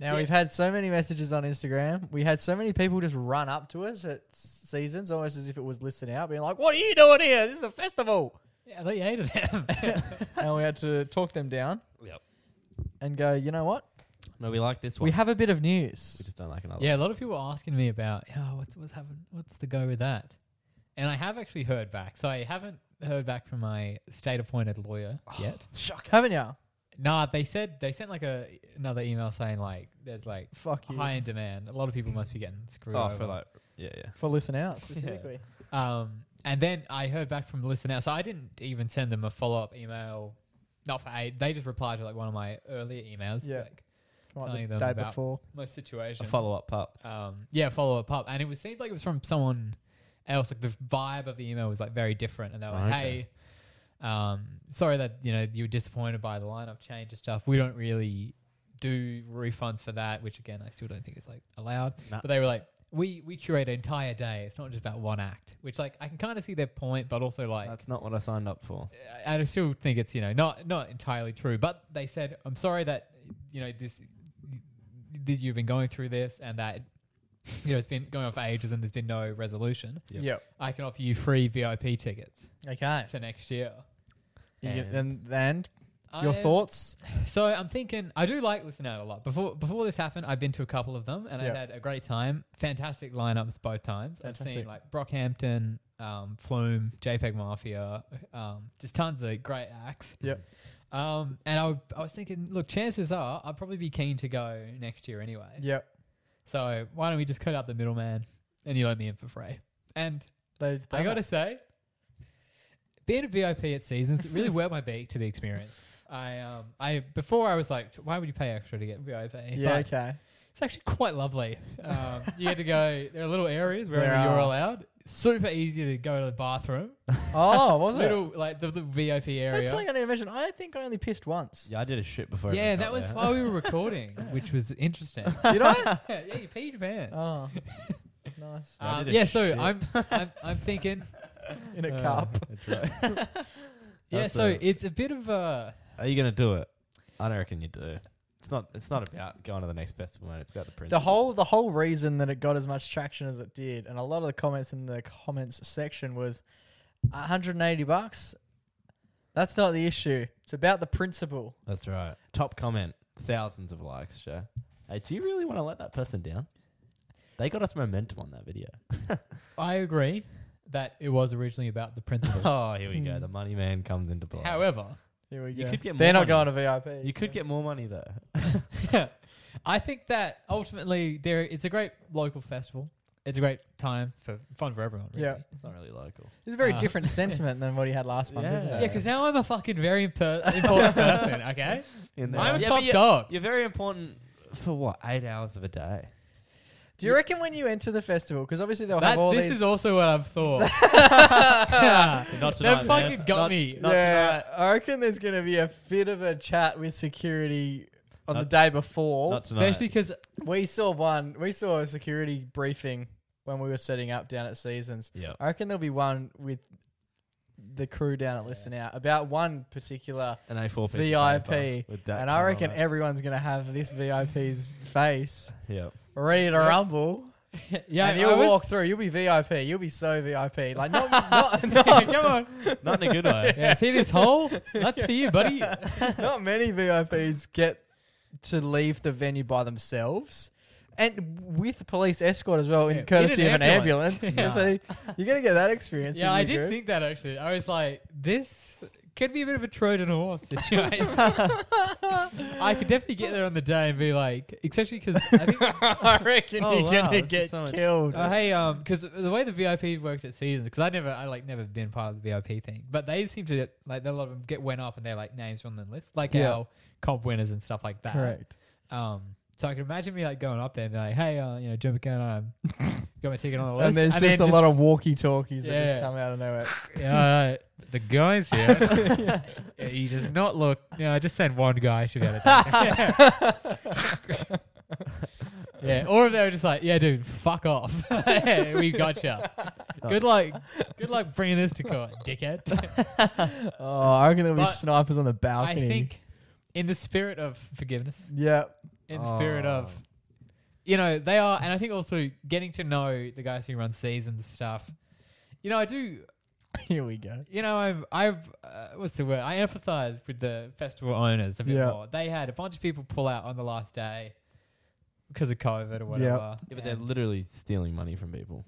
B: Now
C: Yeah.
B: we've had so many messages on Instagram. We had so many people just run up to us at s- seasons, almost as if it was listen out, being like, "What are you doing here? This is a festival."
C: Yeah, I thought you hated them.
B: and we had to talk them down
D: Yep.
B: and go, "You know what?
D: No, we like this one.
B: We have a bit of
D: we
B: news."
D: just don't like another.
C: yeah, a lot of people were asking me about, oh, what's what's happened? What's the go with that? And I have actually heard back. So I haven't heard back from my state-appointed lawyer yet.
B: Haven't you?
C: Nah, they said they sent like a another email saying like there's like
B: Fuck you
C: high in demand. A lot of people must be getting screwed
D: Oh,
C: over.
D: for like yeah, yeah.
B: for listen out specifically.
C: Um, and then I heard back from the listener, so I didn't even send them a follow up email. Not for aid. They just replied to like one of my earlier emails,
B: Yeah.
C: like
B: From like
C: Telling
B: the
C: them
B: day
C: about-
B: before.
C: my situation.
D: A follow up pup.
C: Um, yeah, follow up up, and it was seemed like it was from someone else. Like the vibe of the email was like very different, and they were like,
D: Okay.
C: "Hey, um, sorry that you know you were disappointed by the lineup change and stuff. We don't really do refunds for that, which again I still don't think is like allowed.
D: Nah.
C: But they were like, we we curate an entire day. It's not just about one act, which like I can kind of see their point, but also like
D: That's not what I signed up for.
C: I I still think it's you know not not entirely true, but they said I'm sorry that you know this that you've been going through this and that you know it's been going on for ages and there's been no resolution.
D: Yep.
C: I can offer you free VIP tickets
B: Okay.
C: to next year.
B: You get-
D: And-
B: And then your
C: I-
B: thoughts?
C: So I'm thinking I do like listening out a lot. Before before this happened, I've been to a couple of them and
B: Yeah.
C: I had a great time. Fantastic lineups both times. I've
B: Fantastic.
C: seen like Brockhampton, um, Flume, JPEG Mafia, um, just tons of great acts.
B: Yep.
C: Um, and I, w- I was thinking, look, chances are I'd probably be keen to go next year anyway.
B: Yep.
C: So why don't we just cut out the middleman and you let me in for free? And
B: They,
C: I gotta say, being a VIP at Seasons it really worked my beak to the experience. I um I before I was like, why would you pay extra to get VIP?
B: Yeah,
C: But
B: okay.
C: it's actually quite lovely. Um, you had to go. There are little areas wherever
B: There
C: you're
B: are.
C: allowed. Super easy to go to the bathroom.
B: Oh, was it?
C: little like the, the VIP area.
B: That's something I need to mention. I think I only pissed once.
D: Yeah, I did a shit before.
C: yeah,
D: everyone
C: that
D: got
C: was
D: there.
C: while we were recording, which was interesting.
B: Did I?
C: yeah, you peed your pants.
B: oh, nice.
D: I
C: Um,
D: did a
C: yeah, so
D: shit.
C: I'm, I'm I'm thinking.
B: In a
D: Uh,
B: cup.
D: that's right.
C: Yeah,
D: That's
C: so
D: a-
C: it's a bit of a
D: Are you gonna do it? I don't reckon you do. It's not. It's not about going to the next festival. Man. It's about the principle.
B: The whole the whole reason that it got as much traction as it did, and a lot of the comments in the comments section was 180 bucks. That's not the issue. It's about the principle.
D: That's right. Top comment. Thousands of likes, Joe. Hey, do you really want to let that person down? They got us momentum on that video.
C: I agree that it was originally about the principle.
D: Oh, here we go. The money man comes into play.
C: However,
B: Here we go.
D: You could get
B: They're
D: more
B: not going to VIP.
D: you could get more money though.
C: I think that ultimately there it's a great local festival. It's a great time for fun for everyone. Really.
B: Yeah.
D: It's not really local.
B: It's a very
C: Ah.
B: different sentiment than what he had last month, isn't
D: Uh. Yeah.
B: it?
C: Yeah, because now I'm a fucking very imper- important person. Okay,
D: In
C: I'm a
D: Yeah,
C: top
D: but you're,
C: dog.
D: You're very important for what? Eight hours of a day.
B: Do you reckon when you enter the festival, because obviously they'll
C: That,
B: have all
C: this
B: these.
C: is also what I've thought.
D: Not
C: that fucking got me.
B: yeah, I reckon there's going to be a bit of a chat with security on
D: Not-
B: the day before.
D: Not tonight.
C: Especially because
B: we saw one. We saw a security briefing when we were setting up down at Seasons.
D: Yeah.
B: I reckon there'll be one with the crew down at Listen Out about one particular
D: An A4 piece of paper
B: VIP,
D: with that
B: and I
D: colour on
B: reckon
D: it.
B: everyone's going to have this VIP's face
D: yeah.
B: ready to rumble.
C: yeah,
B: and
C: I
B: you'll
C: was-
B: walk through. You'll be VIP. You'll be so VIP. Like not, not, not,
C: Come on,
D: Not in a good way.
C: yeah, see this hole? That's for you, buddy.
B: not many VIPs get to leave the venue by themselves. And with police escort as well, in
C: Yeah, in
B: courtesy
C: an
B: of an
C: ambulance.
B: ambulance.
C: Yeah.
B: So you're going to get that experience.
C: Yeah,
B: which
C: I
B: is
C: did
B: good.
C: think that actually. I was like, this could be a bit of a Trojan horse situation. I could definitely get there on the day and be like, especially because I think,
B: I reckon
D: Oh,
B: you're
D: wow,
B: going to
D: this
B: get
D: is so much-
B: killed.
C: oh, hey, um, because the way the VIP worked at Seasons, because I never, I like never been part of the VIP thing, but they seem to like a lot of them get went up and they're like names on the list, like
B: Yeah.
C: our comp winners and stuff like that. Um, so I can imagine me like going up there and be like, hey, uh, you know, Jim McCann, I'm got my ticket on the list,
B: And there's just a
C: then
B: lot of walkie talkies that
C: Yeah.
B: just come out of nowhere.
C: Yeah, the guys here, he does not look. You know, just send one guy should be able to. yeah, or if they were just like, "Yeah, dude, fuck off. yeah, we gotcha. Good luck. Good luck bringing this to court, dickhead."
B: Oh, I reckon there'll be
C: But
B: snipers on the
C: I
B: balcony.
C: think, in the spirit of forgiveness,
B: Yeah.
C: in the spirit of,
D: Oh.
C: you know, they are, and I think also getting to know the guys who run seasons stuff. You know, I do
B: Here we go.
C: you know, I've, I've, uh, what's the word? I empathize with the festival owners a bit
B: Yeah.
C: more. They had a bunch of people pull out on the last day because of COVID or whatever.
D: Yeah, but they're
C: And-
D: literally stealing money from people.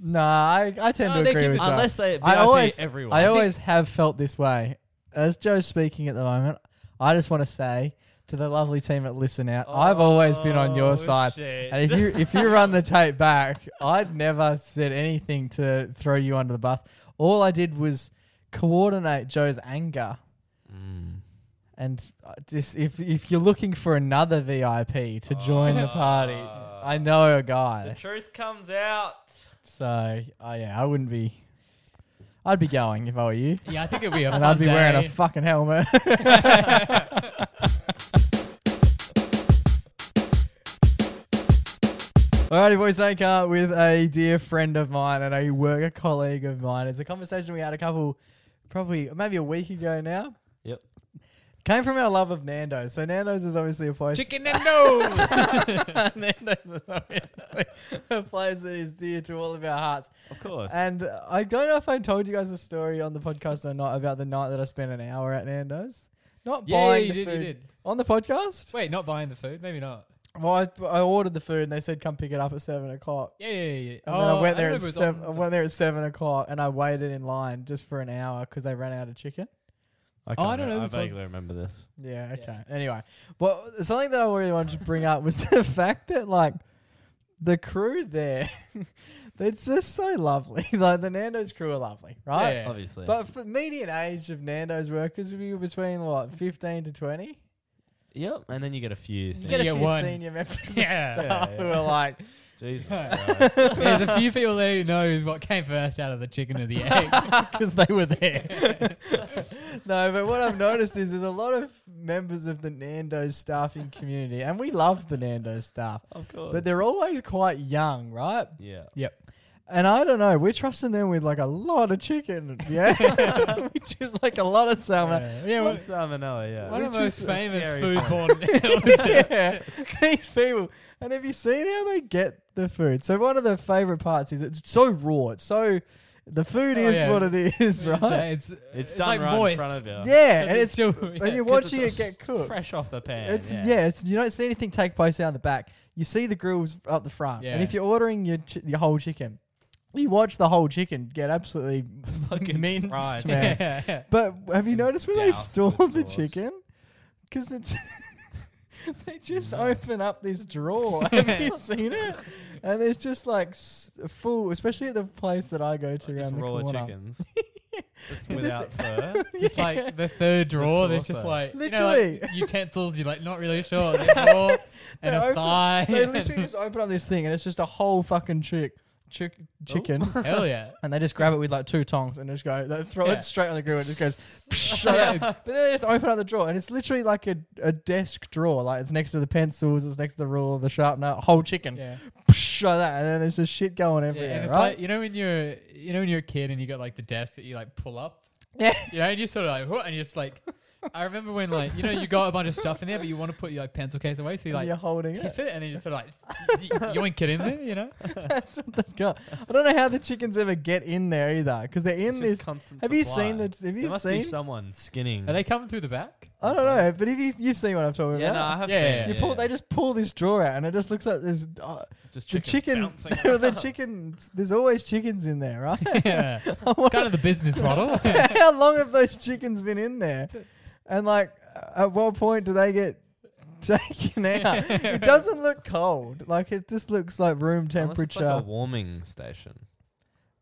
B: Nah, I, I tend
C: No,
B: to
C: they
B: agree
C: give
B: with
C: it-
B: Joe.
D: Unless they
B: I
D: VIP
B: always-
D: everyone.
B: I
D: think-
B: always have felt this way. As Joe's speaking at the moment, I just want to say to the lovely team at Listen Out, I've always been on
D: Oh,
B: your side.
D: shit.
B: And if you if you run the tape back, I'd never said anything to throw you under the bus. All I did was coordinate Joe's anger.
D: Mm.
B: And uh, just if if you're looking for another VIP to join the party, I know a
D: Ah. the
B: guy.
D: truth comes out.
B: So uh, yeah, I wouldn't be. I'd be going if I were you.
C: yeah, I think it'd be a
B: And
C: fun
B: I'd be wearing
C: day.
B: a fucking helmet. Alrighty, boys, I car with a dear friend of mine and a worker colleague of mine. It's a conversation we had a couple, probably maybe a week ago now.
D: Yep.
B: Came from our love of Nando's. So Nando's is obviously a place.
C: Chicken and no.
B: Nando's is obviously a place that is dear to all of our hearts.
D: Of course.
B: And uh, I don't know if I told you guys a story on the podcast or not about the night that I spent an hour at Nando's. Not
C: Yeah, yeah,
B: buying
C: you
B: the
C: did,
B: food
C: you did.
B: on the podcast.
C: Wait, not buying the food? Maybe not.
B: Well, I, I ordered the food and they said come pick it up at seven o'clock.
C: Yeah, yeah, yeah. yeah.
B: And then I went there
C: Oh, remember it
B: at
C: was on
B: seven. I
C: the-
B: went there at seven o'clock, and I waited in line just for an hour because they ran out of chicken.
D: can't
C: I don't
D: remember-
C: know,
D: I
C: this was-
D: vaguely remember this.
B: Yeah.
C: Yeah.
B: Okay. Anyway, well, something that I really wanted to bring up was the fact that like the crew there, it's just so lovely. Like the Nando's crew are lovely, right?
C: Yeah.
D: Obviously.
B: But for median age of Nando's workers would be between what fifteen to twenty.
D: yep. And then you get a few.
B: You
D: scenes.
B: get a
C: get
B: few
C: one.
B: senior members
C: Yeah.
B: of staff
D: Yeah,
B: who
D: yeah.
B: are like,
D: Jesus
C: Yeah.
D: Christ.
C: There's a few people there who knows what came first out of the chicken or the egg.
B: because they were there. no, but what I've noticed is there's a lot of members of the Nando's staffing community, and we love the Nando's staff,
D: Of course.
B: but they're always quite young, right?
D: yeah.
B: And I don't know, we're trusting them with like a lot of chicken, yeah, which is like a lot of salmon.
C: yeah, Uh, yeah,
D: Well,
C: one,
D: salmonella, um, yeah.
C: one of the
B: Which is
C: most
B: a
C: famous
D: scary
C: foodborne
B: yeah, these people. And have you seen how they get the food? So one of the favorite parts is it's so raw. It's so the food
C: Oh,
B: is
C: yeah.
B: what it is, right?
C: It's, uh, it's,
D: It's, done
C: like
D: right
C: moist.
D: in front of you.
B: Yeah,
C: 'Cause
B: and it's
C: still,
B: and you're
D: 'Cause
B: watching it
D: it's
B: get cooked.
D: Fresh off the pan.
B: It's yeah. it's you don't see anything take place out the back. You see the grills up the front, and
C: Yeah.
B: if you're ordering your ch- your whole chicken, you watch the whole chicken get absolutely
D: Fucking
B: minced,
D: fried.
B: man.
C: yeah, yeah.
B: But have you noticed when they
D: doused
B: store
D: with
B: the
D: sauce.
B: chicken? Because it's they just open up this drawer. Have you seen it? And there's just like s- full, especially at the place that I go to
D: Like just
B: around the
D: raw
B: corner.
D: chickens. just
B: It
D: without fur.
C: It's like the third drawer. there's just
D: torso.
C: like you know, like
B: Literally.
C: utensils. You're like not really sure. There's a drawer and
B: They
C: a
B: open-
C: thigh.
B: They literally just open up this thing, and it's just a whole fucking chick, chick
D: Oh.
B: chicken.
C: Hell yeah.
B: and they just grab it with like two tongs and just go they throw
C: Yeah.
B: it straight on the grill and it just goes
C: Yeah,
B: shut up. But then they just open up the drawer and it's literally like a, a desk drawer. Like it's next to the pencils, it's next to the ruler, the sharpener, whole chicken.
C: Yeah.
B: Like that, and then there's just shit going
C: Yeah,
B: everywhere,
C: and it's
B: right?
C: like you know when you're you know when you're a kid and you got like the desk that you like pull up.
B: Yeah.
C: You know, and you sort of like "Whoa," and you're just like I remember when like you know you got a bunch of stuff in there but you want to put your like pencil case away so you
B: And
C: like
B: you're holding it.
C: tiff it and then you just sort of like y- y- yoink it in there, you know?
B: That's what they've got. I don't know how the chickens ever get in there either, because they're in this. have you seen the? Have you
D: there must
B: seen?
D: be someone skinning?
C: Are they coming through the back?
B: I don't know, but if you you've seen what I'm talking
D: yeah, no, I
B: about,
D: have
C: Yeah,
D: seen.
C: yeah,
D: it,
B: you pull. They just pull this drawer out, and it just looks like there's uh,
D: just
B: the
D: chickens
B: chicken.
D: bouncing
B: the chicken. There's always chickens in there, right?
C: yeah.
B: I wonder-
C: kind of the business model.
B: How long have those chickens been in there? And like, uh, at what point do they get taken out? It doesn't look cold. Like it just looks like room
D: Unless it's
B: temperature.
D: like a warming station.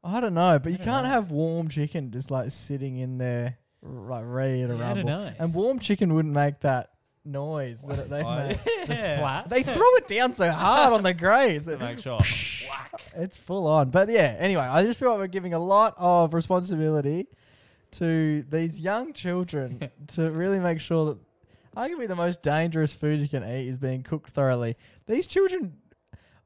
B: I don't know, but you
C: I don't
B: can't
C: know.
B: have warm chicken just like sitting in there, r- like ready to
C: Yeah, I
B: rumble.
C: don't know.
B: And warm chicken wouldn't make that noise that they
D: I-
B: make.
C: It's flat.
B: They throw it down so hard on the graves.
D: to make sure.
B: It's full on. But yeah, anyway, I just feel like we're giving a lot of responsibility to these young children to really make sure that arguably the most dangerous food you can eat is being cooked thoroughly. These children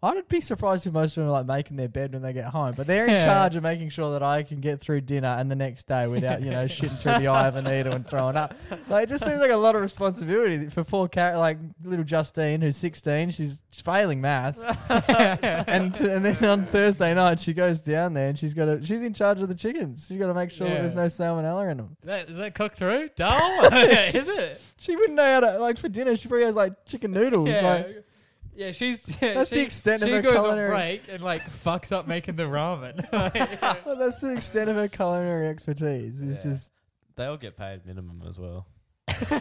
B: I'd be surprised if most of them are like making their bed when they get home, but they're in
C: Yeah.
B: charge of making sure that I can get through dinner and the next day without, you know, shitting through the eye of a needle and throwing up. Like, it just seems like a lot of responsibility for poor cat, like little Justine, who's 16. She's failing maths and uh, t- and then on Thursday night she goes down there and she's got to, she's in charge of the chickens. She's got to make sure that there's
C: Yeah.
B: no salmonella in them.
C: That, is that cooked through? Dull? is it?
B: She wouldn't know how to like for dinner. She probably has like chicken noodles.
C: Yeah.
B: Like
C: yeah, she's yeah,
B: That's the
C: she,
B: extent of
C: she
B: her
C: goes
B: culinary-
C: on break and like fucks up making the ramen.
B: well, that's the extent of her culinary expertise. It's
D: Yeah.
B: just
D: They all get paid minimum as well.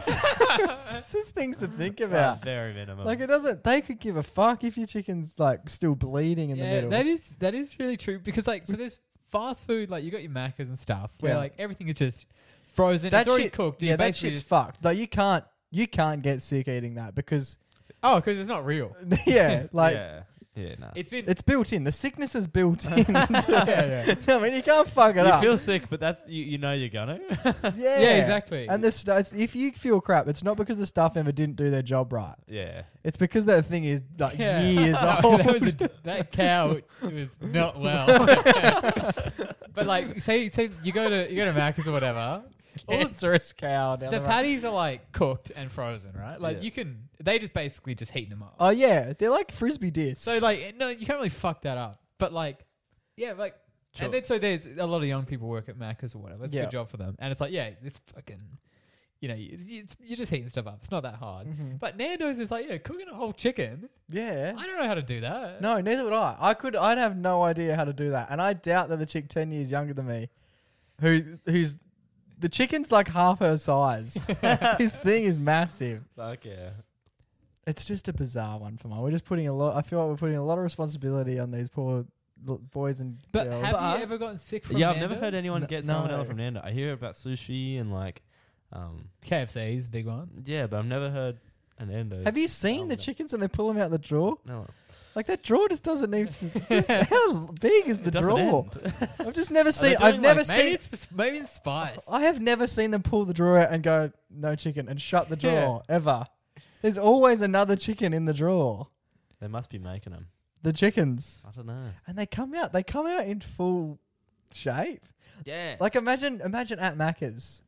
B: it's just things to think
D: Yeah.
B: about.
D: Very minimum.
B: Like it doesn't. They could give a fuck if your chicken's like still bleeding in the
C: yeah,
B: middle.
C: that is that is really true because like so there's fast food like you got your macas and stuff where
B: Yeah.
C: like everything is just frozen.
B: That
C: it's already
B: shit-
C: cooked.
B: yeah,
C: you
B: that
C: basically
B: shit's
C: just-
B: fucked. Like you can't you can't get sick eating that because
C: oh, because it's not real.
B: yeah, like
D: yeah. Yeah, nah.
C: It's been
B: It's built in. The sickness is built in.
C: Yeah, yeah.
B: I mean, you can't fuck it
D: you
B: up.
D: feel sick, but that's you, you know you're gonna.
B: yeah.
C: Yeah, exactly.
B: And the stu- it's- if you feel crap, it's not because the staff member didn't do their job right.
D: yeah.
B: It's because that thing is like
C: Yeah. Oh,
B: years
C: that,
B: old.
C: That, was a d that cow it was not well. but like, say say you go to you go to Macca's or whatever.
B: Cancerous cow. Down
C: The
B: road.
C: patties are like cooked and frozen, right? Like
D: Yeah.
C: you can, they just basically just heat them up.
B: Oh yeah, they're like frisbee discs.
C: So like, no, you can't really fuck that up. But like, yeah, like,
D: Sure.
C: and then so there's a lot of young people work at Macca's or whatever. It's a
B: Yeah.
C: good job for them, and it's like, yeah, it's fucking, you know, it's, it's, you're just heating stuff up. It's not that hard. But Nando's is like, yeah, cooking a whole chicken.
B: Mm-hmm. yeah.
C: I don't know how to do that.
B: No, neither would I. I could. I'd have no idea how to do that, and I doubt that the chick ten years younger than me, who who's the chicken's like half her size. His thing is massive.
D: Fuck yeah.
B: It's just a bizarre one for mine. We're just putting a lot. I feel like we're putting a lot of responsibility on these poor l- boys and
C: But
B: girls.
C: have
B: But-
C: you ever gotten sick from?
D: Yeah, I've never
C: Nando's?
D: heard anyone
B: N-
D: get salmonella
B: no.
D: from Nando. I hear about sushi and like, um,
C: KFC is a big one.
D: yeah, but I've never heard an Nando's.
B: have you seen the
D: salmonella.
B: chickens when they pull them out the drawer?
D: No,
B: Like that drawer just doesn't even. just, how big is the
D: it doesn't
B: drawer?
D: end.
B: I've just never seen.
D: doing,
B: I've never
C: Like,
B: seen.
C: maybe it's just- maybe it's spice.
B: I have never seen them pull the drawer out and go no chicken and shut the drawer ever. There's always another chicken in the drawer.
D: they must be making them.
B: The chickens,
D: I don't know.
B: and they come out. They come out in full shape.
D: Yeah,
B: Like imagine, imagine at Macca's,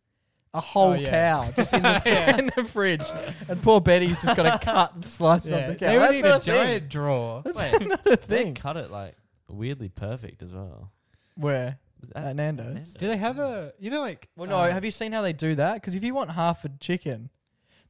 B: a whole
C: Oh, yeah.
B: cow just in the, fr-
C: Yeah.
B: in the fridge, and poor Betty's just got to cut and slice
C: yeah,
B: up the cow.
C: they would
B: That's
C: need
B: not
C: a
B: a thing.
C: giant drawer.
B: That's
D: Wait.
B: not a
D: they
B: thing.
D: cut it like weirdly perfect as well.
B: Where?
D: Is
B: At
D: that-
B: Nando's?
C: Do they have a? You know, like
B: Well, no.
C: um,
B: have you seen how they do that? Because if you want half a chicken,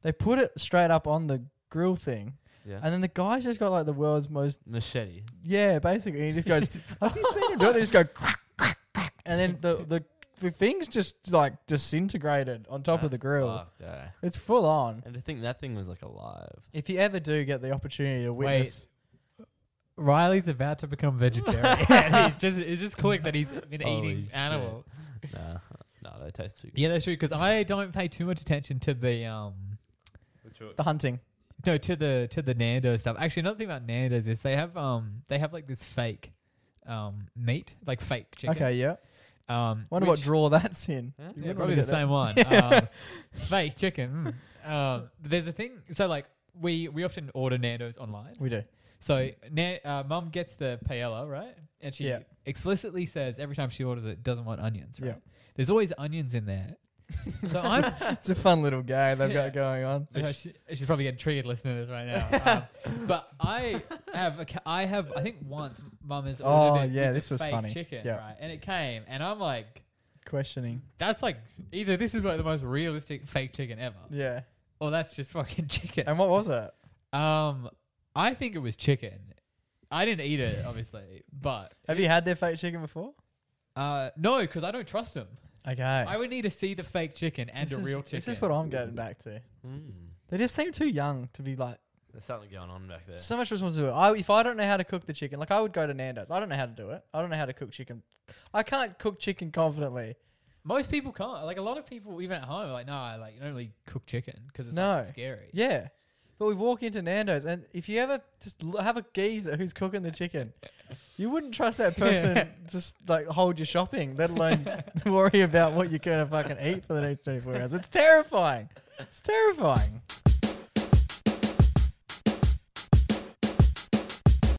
B: they put it straight up on the grill thing,
D: Yeah.
B: and then the guy's just got like the world's most
D: Machete.
B: Yeah, basically. And he just goes, Have you seen him do it? They just go crack, crack, crack. And then the, the, the thing's just like disintegrated on top of the
D: That's
B: grill.
D: fucked, yeah.
B: It's full on.
D: And to think that thing was like alive.
B: If you ever do get the opportunity to witness,
C: Riley's about to become vegetarian. he's just it's just clicked that he's been
D: Holy
C: eating
D: shit.
C: animal.
D: Nah, no, they taste too good.
C: Yeah, that's true. Because I don't pay too much attention to the um
B: the hunting.
C: no to the to the Nando stuff. Actually, another thing about Nando's is they have um they have like this fake um meat like fake chicken.
B: Okay, yeah.
C: Um,
B: Wonder
C: which-
B: what draw that's in.
D: Huh?
B: You
C: Yeah,
B: wouldn't
C: probably
B: wanna
C: the
B: get that.
C: same one. um, fake chicken. Mm. Um, but there's a thing. So like we we often order Nando's online.
B: We do.
C: So na- uh, mum gets the paella, right? And she
B: Yeah.
C: explicitly says every time she orders it doesn't want onions, right?
B: Yeah.
C: There's always onions in there. So I'm
B: It's a fun little game they've
C: Yeah.
B: got going on.
C: I know she, she's probably getting triggered listening to this right now. Um, but I have a ca- I have I think once mum has ordered
B: Oh,
C: it
B: yeah,
C: with the
B: this was
C: fake
B: funny.
C: chicken,
B: Yeah.
C: right? And it came and I'm like
B: Questioning.
C: that's like either this is like the most realistic fake chicken ever
B: Yeah.
C: or that's just fucking chicken.
B: And what was it?
C: Um I think it was chicken. I didn't eat it obviously, but
B: Have you had their fake chicken before?
C: Uh, no, because I don't trust them.
B: Okay.
C: I would need to see the fake chicken and
B: this
C: a
B: is-
C: real chicken.
B: This is what I'm getting back to.
D: Mm.
B: They just seem too young to be like
D: There's something going on back there.
B: So much responsibility. I, if I don't know how to cook the chicken, like I would go to Nando's. I don't know how to do it. I don't know how to cook chicken. I can't cook chicken confidently.
C: Most people can't. Like a lot of people, even at home, are like, no, I like you don't really cook chicken because it's
B: No.
C: like, scary.
B: Yeah. But we walk into Nando's, and if you ever just l- have a geezer who's cooking the chicken, you wouldn't trust that person to just like hold your shopping, let alone worry about what you're gonna fucking eat for the next 24 hours. It's terrifying. It's terrifying.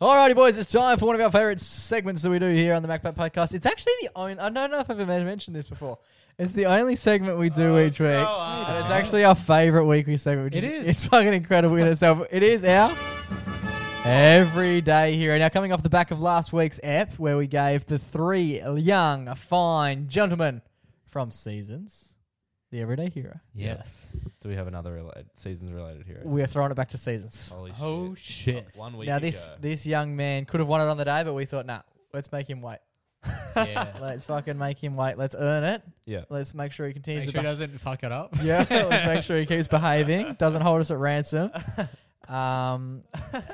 B: Alrighty, boys, it's time for one of our favorite segments that we do here on the MacBat Podcast. It's actually the only, I don't know if I've ever mentioned this before. It's the only segment we do each week. And it's actually our favorite weekly segment, which
C: Oh, It
B: is,
C: is.
B: It's fucking incredible in itself. It is our every day hero. Now, coming off the back of last week's app, where we gave the three young, fine gentlemen from Seasons the everyday hero.
C: Yes.
D: Do we have another related, seasons related hero?
B: We are throwing it back to Seasons.
D: Holy
C: Oh
D: shit.
C: shit.
D: One week
B: now, this
D: ago.
B: this young man could have won it on the day, but we thought, nah, let's make him wait.
C: yeah.
B: Let's fucking make him wait. Let's earn it.
D: yeah.
B: Let's make sure he continues
C: Make
B: to
C: sure he
B: beh-
C: doesn't fuck it up.
B: Yeah, let's make sure he keeps behaving, doesn't hold us at ransom. Um,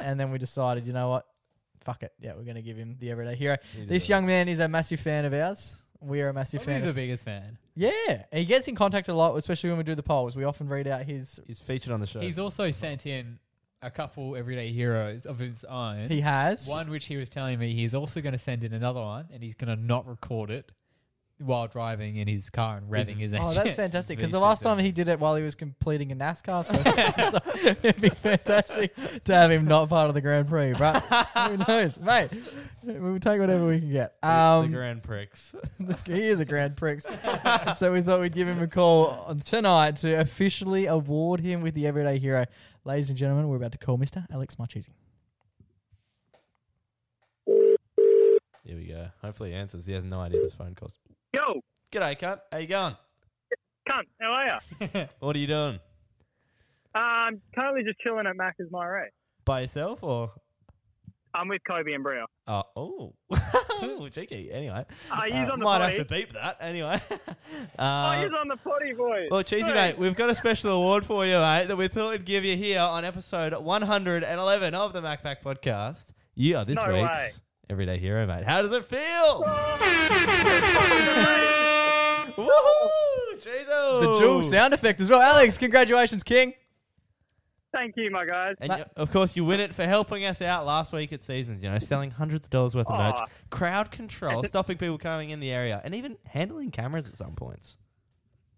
B: and then we decided, you know what? Fuck it. Yeah, we're going to give him the everyday hero.
D: He
B: This
D: deserves
B: young man is a massive fan of ours. We are a massive
C: Probably
B: fan.
C: the
B: Of,
C: biggest fan.
B: yeah, he gets in contact a lot, especially when we do the polls. We often read out his.
D: He's featured on the show.
C: He's also sent in a couple everyday heroes of his own.
B: He has.
C: One which he was telling me he's also going to send in another one, and he's going to not record it while driving in his car and revving his engine.
B: Oh, that's fantastic! Because the
D: V6
B: last time he did it while he was completing a NASCAR circuit, so it'd be fantastic to have him not part of the Grand Prix. But who knows, mate? We'll take whatever we can get.
D: the
B: Um,
D: Grand Prix.
B: he is a Grand Prix, so we thought we'd give him a call on- tonight to officially award him with the Everyday Hero. Ladies and gentlemen, we're about to call Mister Alex Marchese.
D: Here we go. Hopefully he answers. He has no idea this phone calls.
G: Yo,
D: G'day, cunt. How you going?
G: cunt, how are you?
D: What are you doing?
G: Um, currently just chilling at Macca's Monterey.
D: By yourself or?
G: I'm with Kobe and Brio.
D: Uh, oh, oh, cheeky. Anyway, Uh,
G: Ah, Hmm. he's on the
D: might
G: potty.
D: have to beep that. Anyway,
G: Oh,
B: Uh,
D: Um,
G: he's on the potty, boys.
D: Well, cheesy
G: Sorry.
D: mate, we've got a special award for you, mate, that we thought we'd give you here on episode 111 of the MacPack Podcast. You are this
G: No
D: week's
G: way.
D: everyday hero, mate. How does it feel? Woohoo! Jesus!
B: The dual sound effect as well. Alex, congratulations, King.
G: Thank you, my guys.
D: And you- of course, you win it for helping us out last week at Seasons. You know, selling hundreds of dollars worth of
G: Aw.
D: merch, crowd control, stopping people coming in the area, and even handling cameras at some points.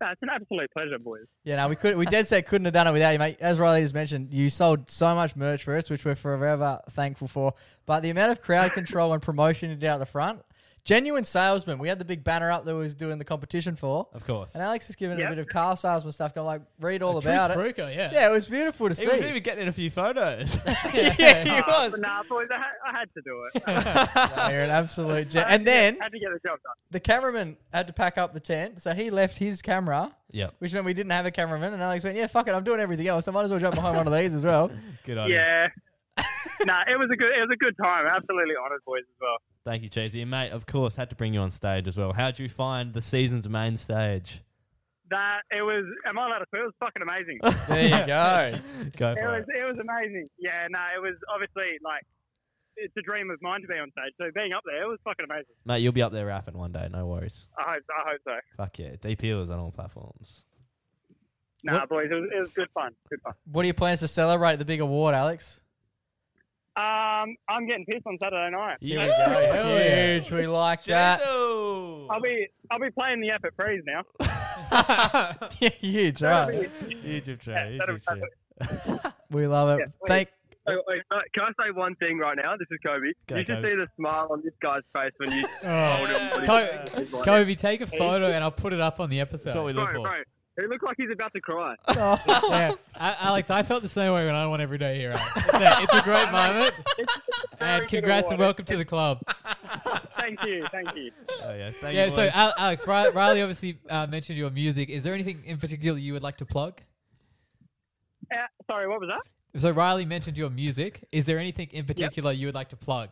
G: That's Uh, an absolute pleasure, boys.
B: Yeah, no, we could we dead set couldn't have done it without you, mate. As Riley just mentioned, you sold so much merch for us, which we're forever thankful for. But the amount of crowd control and promotion you did out the front, genuine salesman. We had the big banner up that we was doing the competition for.
D: Of course.
B: And Alex is giving it
G: Yep.
B: a bit of car salesman stuff, going like, read all
C: Chris
B: about it.
C: Brooker, yeah.
B: Yeah, it was beautiful to
D: He
B: see.
D: was even getting in a few photos.
B: yeah, he
G: Ah,
B: was.
G: but Nah, boys, I had, I had to do it. I had
B: No, you're an absolute
G: to
B: gem. And
G: get-
B: then
G: had to get the job done.
B: the cameraman had to pack up the tent, so he left his camera,
D: yep.
B: which meant we didn't have a cameraman. And Alex went, "Yeah, fuck it, I'm doing everything else. I might as well jump behind one of these as well."
D: Good idea.
G: Yeah. nah, it was a good, it was a good time. Absolutely honored, boys, as well.
D: Thank you, Cheesy. And mate, of course, had to bring you on stage as well. How'd you find the season's main stage?
G: That it was. Am I allowed to? say It was fucking amazing.
B: There you go.
D: Go
G: It
D: for
G: was
D: it.
G: it was amazing. Yeah, no, it was obviously like it's a dream of mine to be on stage. So being up there, it was fucking amazing.
D: Mate, you'll be up there rapping one day, no worries.
G: I hope I hope so.
D: Fuck yeah. DP was on all platforms.
G: Nah, boys, it was, it was good fun. Good fun.
B: What are your plans to celebrate the big award, Alex?
G: Um, I'm getting pissed on Saturday night.
D: Yeah.
B: Huge. We like that.
G: I'll be I'll be playing the F at Freeze now.
B: yeah, huge. All right.
D: YouTube
G: Yeah,
D: tray,
G: that'll-
D: YouTube tray.
B: We love it.
G: Yeah,
B: Thank.
H: Wait, wait, uh, can I say one thing right now? This is Kobe.
D: Go,
H: you should
D: Kobe.
H: see the smile on this guy's face when you told him. what he-
C: Oh. Co-
H: he's like,
C: Kobe, take a photo and I'll put it up on the
D: That's what we
C: episode.
D: look
H: bro,
D: for.
H: bro, he looked like he's about to cry.
C: yeah. A- Alex, I felt the same way when I won Everyday Hero. It's a, it's a great moment. And congrats and welcome to the club.
G: Thank you, thank you.
D: Oh, yes. Thank
C: Yeah,
D: you,
C: so
D: boys.
C: Al- Alex, Ri- Riley obviously uh, mentioned your music. Is there anything in particular you would like to plug?
G: Uh, sorry, what was that?
C: So Riley mentioned your music. Is there anything in particular you would like to plug?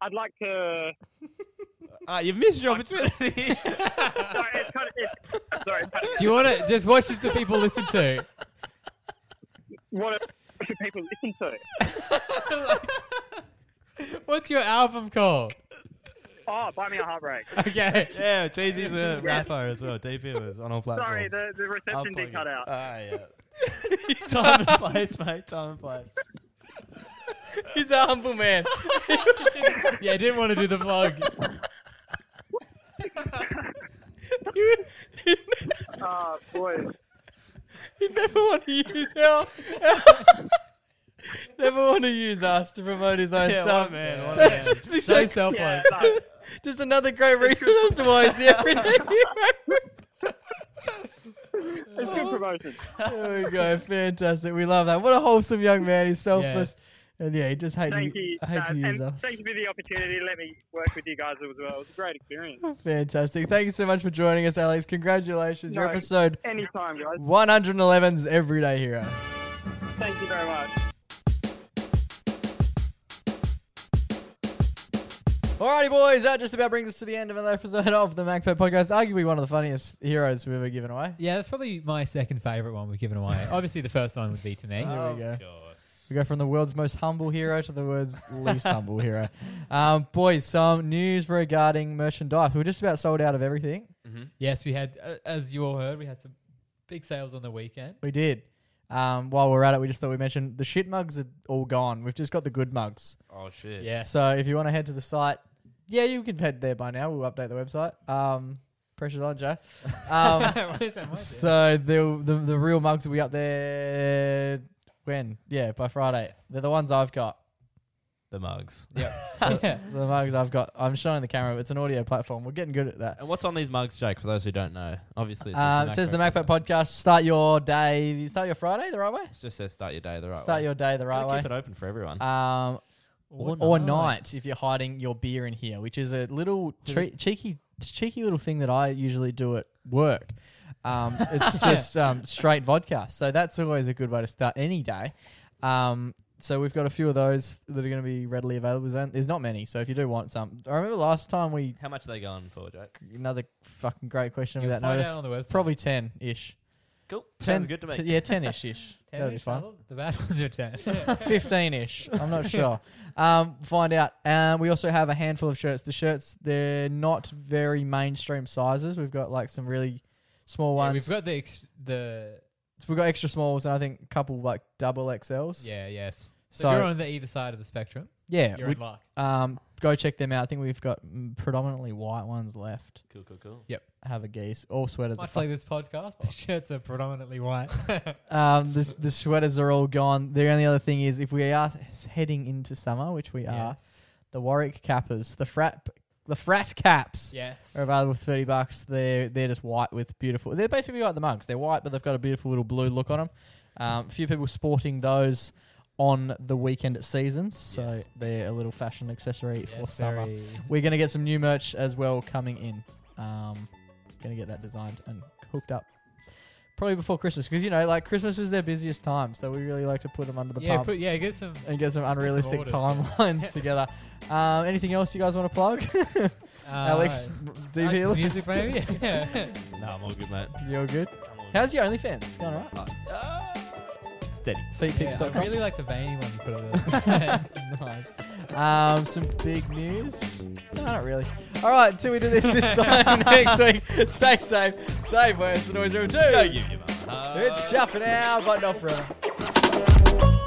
G: I'd like to.
D: Ah, you've missed your opportunity.
G: Sorry, it's kind of. It's, I'm sorry. It's kind of
C: Do you want to just what should the people listen to?
G: what should people listen to?
C: What's your album called?
G: Oh, buy me a heartbreak.
C: Okay.
D: yeah, Cheesy's a rapper as well. DP was on all platforms.
G: Sorry, the, the
D: I'll
G: reception
D: plug
G: did
D: it.
G: cut out.
D: Ah, yeah. Time and place, mate. Time and place.
B: He's a humble man.
C: Yeah, I didn't want to do the vlog.
G: Oh, boy.
B: He never want to use our. never want to use us to promote his own
D: Yeah,
B: stuff.
D: one man, one
B: That's
D: man.
B: just,
C: So
B: exact-
C: selfless.
G: Yeah, no,
B: just another great reason as to why he's the everyday hero.
G: it's good promotion.
B: There we go. Oh, Fantastic. We love that. What a wholesome young man. He's selfless. And yeah, he just hates
G: Thank you.
B: I hate
G: guys,
B: to use
G: and
B: us.
G: thank you for the opportunity to let me work with you guys as well. It was a great experience.
B: Fantastic. Thank you so much for joining us, Alex. Congratulations. Your
G: No.
B: episode
G: Anytime, guys.
B: 111's Everyday Hero.
G: Thank you very much.
B: Alrighty, boys. That just about brings us to the end of another episode of the MacPet Podcast. Arguably one of the funniest heroes we've ever given away.
C: Yeah, that's probably my second favorite one we've given away. Obviously, the first one would be to me.
B: There we go.
D: course.
B: We go from the world's most humble hero to the world's least humble hero. Um, boys, some news regarding merchandise. We're just about sold out of everything.
C: Yes, we had, uh, as you all heard, we had some big sales on the weekend.
B: We did. Um, while we're at it, we just thought we'd mention the shit mugs are all gone. We've just got the good mugs.
D: Oh shit.
C: Yeah.
B: So if you want to head to the site, yeah, you can head there by now. We'll update the website. Um, pressure's on, Joe. Um,
C: what is that? What's it?
B: so the, the the real mugs will be up there when? Yeah, by Friday. They're the ones I've got.
D: The mugs.
C: Yeah.
B: The mugs I've got. I'm showing the camera. It's an audio platform. We're getting good at that.
D: And what's on these mugs, Jake? For those who don't know, obviously it says,
B: Um,
D: the,
B: it says the
D: Macpac
B: Macpac podcast. Start your day. Start your Friday the right way.
D: It just says start your day the right
B: Start
D: way.
B: your day the right
D: Gotta
B: way.
D: Keep it open for everyone.
B: Um,
D: Or
B: or, or
D: night.
B: night. if you're hiding your beer in here, which is a little tre- cheeky, cheeky little thing that I usually do at work. Um, it's just um, straight vodka, so that's always a good way to start any day. Um, so we've got a few of those that are going to be readily available. There's on- There's not many, so if you do want some, I remember last time we
D: How much are they going for, Jake?
B: another fucking great question
C: You'll
B: without
C: find
B: notice.
C: out on the website.
B: Probably ten ish.
D: Cool.
B: Ten-
D: Sounds good to me.
B: t- yeah, ten ish ish.
C: Ten
B: That'd be
C: ish, I
B: fun.
C: thought The bad ones are ten. Yeah.
B: 15 ish. I'm not sure. Um, find out. Um, we also have a handful of shirts. The shirts, they're not very mainstream sizes. We've got like some really small
C: Yeah,
B: ones.
C: we've got the ex- the
B: we've got extra smalls and I think a couple like double XLs.
C: yeah yes. So,
B: So,
C: if you're on the either side of the spectrum.
B: yeah.
C: You're
B: we-
C: in luck.
B: um, go check them out. I think we've got mm, predominantly white ones left.
D: Cool, cool, cool.
B: Have a geese. All sweaters are
C: Much like this podcast, the shirts are predominantly white.
B: Um, the, the sweaters are all gone. The only other thing is if we are heading into summer, which we are,
C: yes.
B: the Warwick cappers, the frat, the frat caps.
C: Yes.
B: are available for thirty bucks. They're they're just white with beautiful. They're basically like the mugs. They're white, but they've got a beautiful little blue look on them. Um, few people sporting those on the weekend at seasons, so
C: Yes.
B: they're a little fashion accessory for
C: Yes,
B: summer.
C: very-
B: We're gonna get some new merch as well coming in. Um, gonna get that designed and hooked up. Probably before Christmas, because you know, like Christmas is their busiest time, so we really like to put them under the
C: yeah,
B: pump
C: put, yeah, get some.
B: and get some unrealistic
C: orders, yeah.
B: timelines together. Um, anything else you guys want to plug?
C: Uh,
B: Alex,
C: Alex,
B: DP, looks-
C: music maybe. yeah.
D: No, I'm all good, mate.
B: You're good.
D: I'm all
B: How's your OnlyFans? Going right?
D: good. Ah, steady.
C: Yeah, I
B: Feetpics.com.
C: really like the veiny one you put on there.
B: nice. Um, some big news? No, not really. All right, until we do this this time next week, stay safe, stay blessed, the noise room too.
D: Give you my heart.
B: It's chuffing now, but not forever.